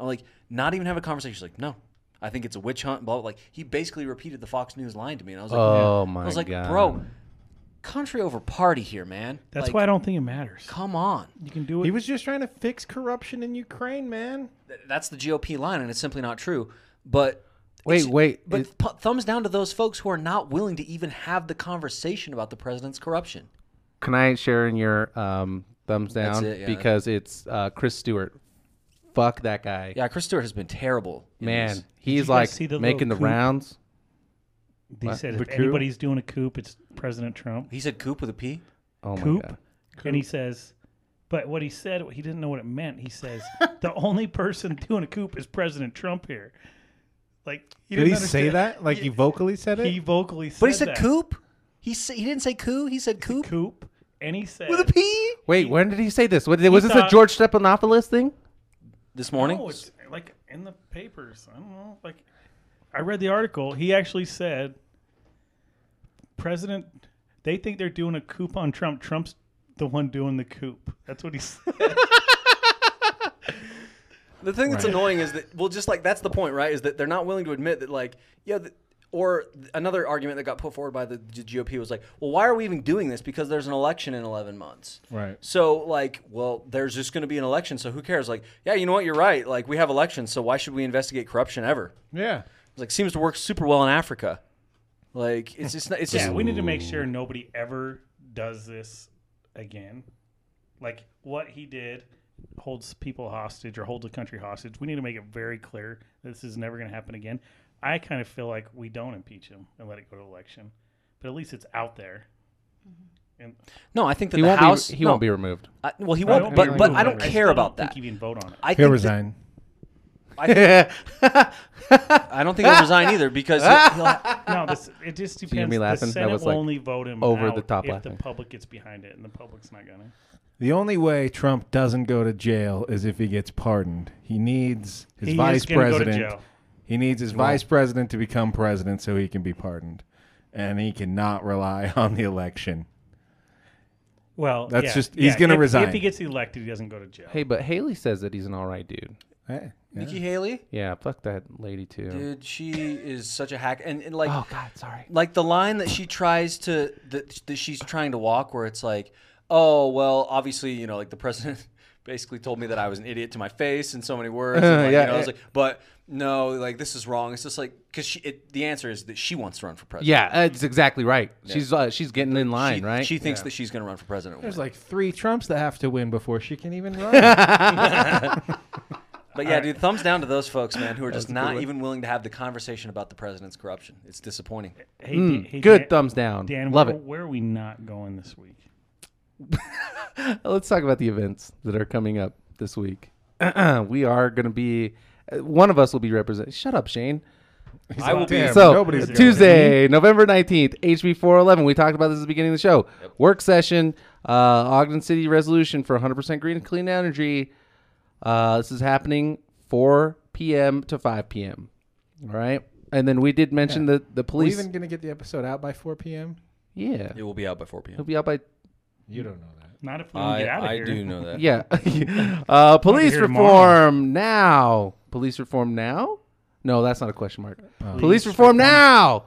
I'm like, not even have a conversation. He's like, no, I think it's a witch hunt. Blah. blah. Like he basically repeated the Fox News line to me, and I was like, Oh, I was my like, God. bro, country over party here, man. That's Like, why I don't think it matters. Come on. You can do it. He was just trying to fix corruption in Ukraine, man. Th- That's the GOP line, and it's simply not true. But Wait, it's- wait, But it- pu- thumbs down to those folks who are not willing to even have the conversation about the president's corruption. Can I share in your um, thumbs That's down it, yeah. because it's uh, Chris Stewart? Fuck that guy, Yeah, Chris Stewart has been terrible. in man. this. He's guys like see the making little the coup? rounds. they said if The coup? anybody's doing a coup, it's President Trump. he said "coop" with a P. Oh my Coup, god. and he says, but what he said, he didn't know what it meant. He says the <laughs> only person doing a coup is President Trump here. Like he Did didn't he say understand- that? Like he vocally said it? He vocally said But he said that. "coop." He sa- he didn't say "coup." E? He said "coop" Coop, and he said with a P. Wait, when did he say this? What, was this a thought- George Stephanopoulos thing? This morning. No, it's like in the papers. I don't know. Like, I read the article. He actually said, President, they think they're doing a coup on Trump. Trump's the one doing the coup. That's what he said. The thing that's annoying is that well, just like that's the point, right? Is that they're not willing to admit that, like, yeah. The, or th- another argument that got put forward by the G- GOP was like, well, why are we even doing this? Because there's an election in 11 months. Right. So, like, well, there's just going to be an election, so who cares? Like, yeah, you know what? You're right. Like, we have elections, so why should we investigate corruption ever? yeah. It's like, seems to work super well in Africa. Like, it's just, not- it's <laughs> just, yeah, we need to make sure nobody ever does this again. Like, what he did holds people hostage or holds the country hostage. We need to make it very clear that this is never going to happen again. I kind of feel like we don't impeach him and let it go to election, but at least it's out there. Mm-hmm. And no, I think that He the won't House, be. He no, won't be removed. I, well, he I won't, don't but, think but he I will. don't I care still about don't that. Think you can vote on it. I He'll think that- resign. I don't think <laughs> he'll resign either because he'll, he'll, <laughs> no, this, it just hear depends. me laughing? The That Senate was, will like, only vote him over the out top if laughing. the public gets behind it, and the public's not gonna. The only way Trump doesn't go to jail is if he gets pardoned. He needs his He is vice gonna go to president. jail. He needs his vice president to become president so he can be pardoned. And he cannot rely <laughs> on the election. Well, That's yeah, just- he's yeah, gonna if, resign. If he gets elected, he doesn't go to jail. Hey, but Haley says that he's an all right dude. Hey, yeah. Nikki Haley. Yeah, fuck that lady too. Dude, she is such a hack, and, and like, Oh God, sorry. like the line that she tries to that, that she's trying to walk, where it's like, oh well, obviously you know, like the president <laughs> basically told me that I was an idiot to my face in so many words. and, like, Yeah, you know, I was <laughs> yeah. like, but no, like this is wrong. It's just like because she, it, the answer is that she wants to run for president. Yeah, that's exactly right. She's uh, she's getting in line, she, right? She thinks that she's going to run for president. There's like three Trumps that have to win before she can even <laughs> run. But yeah, dude, thumbs down to those folks, man, who are just not even willing to have the conversation about the president's corruption. It's disappointing. Hey, Hmm, Dan- hey, Good Dan- thumbs down. Dan, Love where, it. Where are we not going this week? Let's talk about the events that are coming up this week. <clears throat> we are going to be uh, one of us will be represented. Shut up, Shane. I will be. Damn, so nobody's doing Tuesday, November nineteenth, HB four eleven. We talked about this at the beginning of the show. Work session, uh, Ogden City resolution for one hundred percent green and clean energy. Uh, this is happening four p.m. to five p.m. All right, and then we did mention the the Are we police. even going to get the episode out by 4 p.m.? yeah, It will be out by 4 he'll p.m. be out by You don't know that. Not if we don't I, get out of I here. do know that. <laughs> <laughs> yeah. uh, police here reform tomorrow. now. Police reform now? No, that's not a question mark. Police Police reform now.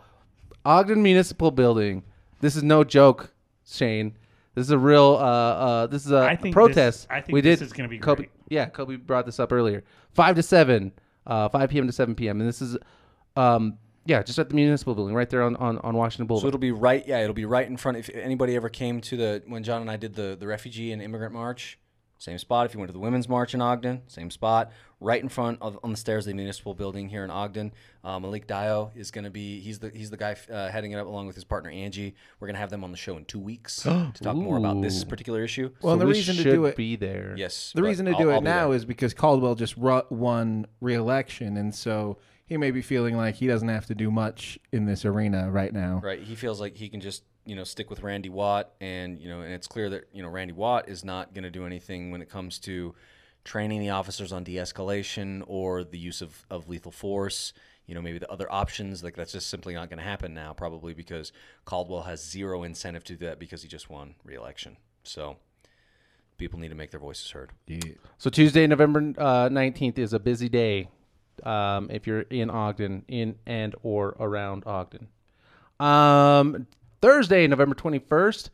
Ogden Municipal Building. This is no joke, Shane. This is a real. Uh, uh, this is a I think protest. this- I think we this did. is gonna be Kobe, great. Yeah, Kobe brought this up earlier. Five to seven, uh, five p.m. to seven p.m. And this is, um, yeah, just at the municipal building, right there on on, on Washington Boulevard. So it'll be right, yeah, it'll be right in front. If anybody ever came to the when John and I did the the refugee and immigrant march, same spot. If you went to the women's march in Ogden, same spot, right in front of on the stairs of the municipal building here in Ogden. Uh, Malik Dio is going to be he's the he's the guy uh, heading it up along with his partner Angie. We're going to have them on the show in two <gasps> weeks to talk more about this Ooh. particular issue. Well, So and the we reason to should do it- be there. yes, The but reason to I'll- do I'll it be now there. is because Caldwell just ru- won re-election, and so he may be feeling like he doesn't have to do much in this arena right now. Right. He feels like he can just, you know, stick with Randy Watt and, you know, and it's clear that, you know, Randy Watt is not going to do anything when it comes to training the officers on de-escalation or the use of, of lethal force. you know maybe the other options like that's just simply not going to happen now probably because Caldwell has zero incentive to do that because he just won re-election. So people need to make their voices heard. So Tuesday, November uh, nineteenth, is a busy day um, if you're in Ogden, in and or around Ogden. Um, Thursday, November twenty first,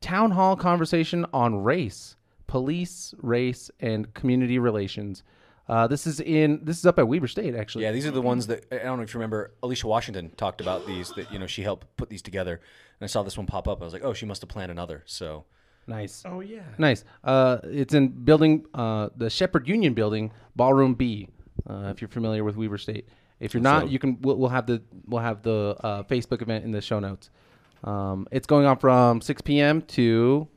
town hall conversation on race, police, race, and community relations. Uh, this is in this is up at Weber State actually. Yeah, these are the ones that I don't know if you remember. Alicia Washington talked about these that you know she helped put these together, and I saw this one pop up. I was like, oh, she must have planned another. So Nice. Oh yeah. Nice. Uh, it's in building uh, the Shepherd Union Building, Ballroom B. Uh, if you're familiar with Weaver State, if you're not, you can. We'll, we'll have the we'll have the uh, Facebook event in the show notes. Um, it's going on from 6 p.m. to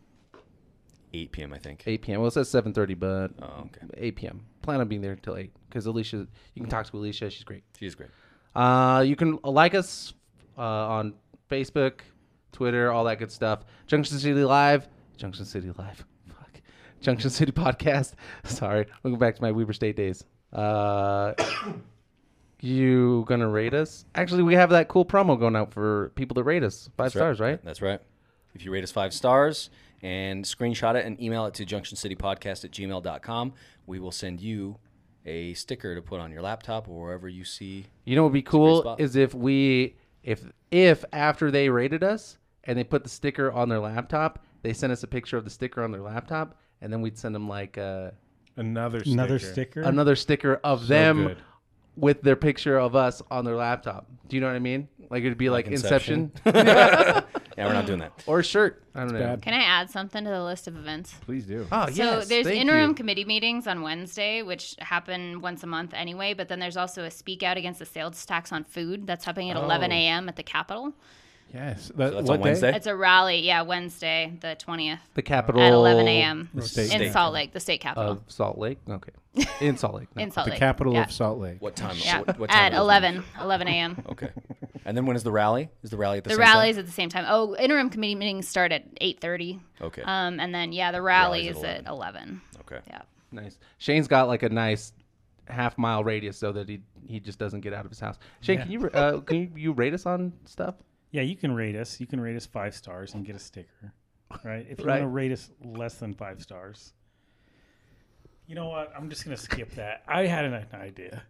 8 p.m. I think. 8 p.m. Well, it says 7:30, but Oh, okay. 8 p.m. Plan on being there until 8 because Alicia. You can talk to Alicia. She's great. She's great. Uh, you can like us uh, on Facebook, Twitter, all that good stuff. Junction City Live, Junction City Live, <laughs> fuck, Junction City Podcast. <laughs> Sorry, I'm going back to my Weber State days. Uh, <coughs> you gonna rate us? Actually, we have that cool promo going out for people that rate us five stars, right? That's right. If you rate us five stars and screenshot it and email it to junctioncitypodcast at gmail.com, we will send you a sticker to put on your laptop or wherever you see. You know what would be cool spot. is if we if if after they rated us and they put the sticker on their laptop, they sent us a picture of the sticker on their laptop, and then we'd send them like. Uh, Another sticker. Another sticker. another sticker of them good. with their picture of us on their laptop. Do you know what I mean? Like it'd be like, Inception, Yeah, we're not doing that. or a shirt. I don't know. bad. Can I add something to the list of events? Please do. Oh yes, so there's thank interim you. committee meetings on Wednesday, which happen once a month anyway. But then there's also a speak out against the sales tax on food that's happening at Oh. 11 a.m. at the Capitol. Yes. That's That, what on day? Wednesday. It's a rally, yeah, Wednesday the 20th the capital Oh. at 11 a.m. state in Salt Lake, the Uh, state capitol. of Salt Lake. <laughs> Okay, in Salt Lake. No. in Salt The Lake, capital yeah. of Salt Lake. What time? Yeah, What, what time at is it? 11, <laughs> 11 a.m. Okay. And then when is the rally? Is the rally at the, The same time? rallies at the same time. Oh, interim committee meetings start at 8:30. Okay. Um, and then yeah, the rally Rallies is at at 11. Okay. Yeah. nice. Shane's got like a nice half mile radius so that he he just doesn't get out of his house. Shane, can you uh, can you, you rate us on stuff? Yeah, you can rate us. You can rate us five stars and get a sticker, right? If you Right. want to rate us less than five stars, you know what? I'm just gonna skip that. I had an idea.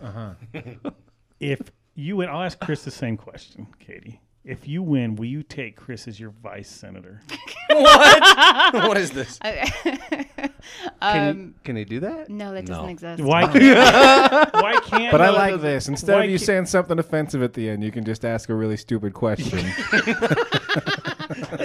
Uh huh. Uh-huh. <laughs> if you win, I'll ask Chris the same question, Katie. If you win, will you take Chris as your vice senator? what is this? Can you, Um, can they do that? <laughs> No, that doesn't No. exist. Why? <laughs> Can't, why can't? But I no, it like doesn't- this. Instead why of you can't- saying something offensive at the end, you can just ask a really stupid question.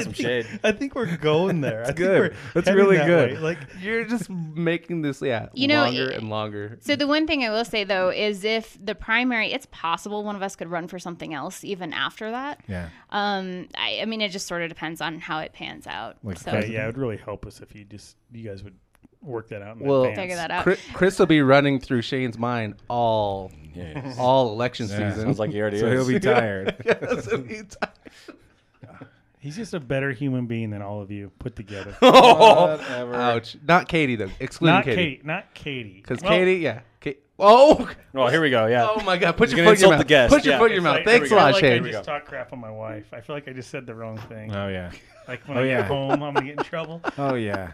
Some shade. I think we're going there. That's good. That's really good. Like You're just making this yeah You know, longer it- and longer. So the one thing I will say though is if the primary, it's possible one of us could run for something else even after that. yeah. Um, I, I mean, it just sort of depends on how it pans out. Like so Okay, yeah, it would really help us if you just you guys would work that out. In Well- advance. figure that out. Chris, Chris will be running through Shane's mind all Yeah. all election season. Sounds <laughs> like he already So is. he'll be tired. Yes, anytime. He's just a better human being than all of you put together. Whatever. Ouch. Not Katie though. Excluding not Katie. Katie. Not Katie. Because Well, Katie, yeah. Ka- oh, Oh, here we go. Yeah. oh my God. Put He's your gonna foot in insult your the mouth. guest, Put your yeah. foot in your It's mouth. like- Thanks a I feel lot, like Shane. I just talk crap on my wife. I feel like I just said the wrong thing. Oh yeah. Like when Oh, I get yeah. home, I'm gonna get in trouble. Oh yeah.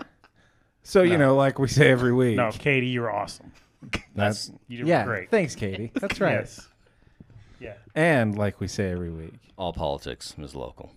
So you know, like we say every week. No, Katie, you're awesome. that's You did yeah. great. Thanks, Katie. That's right. Yes. Yeah. And like we say every week. All politics is local.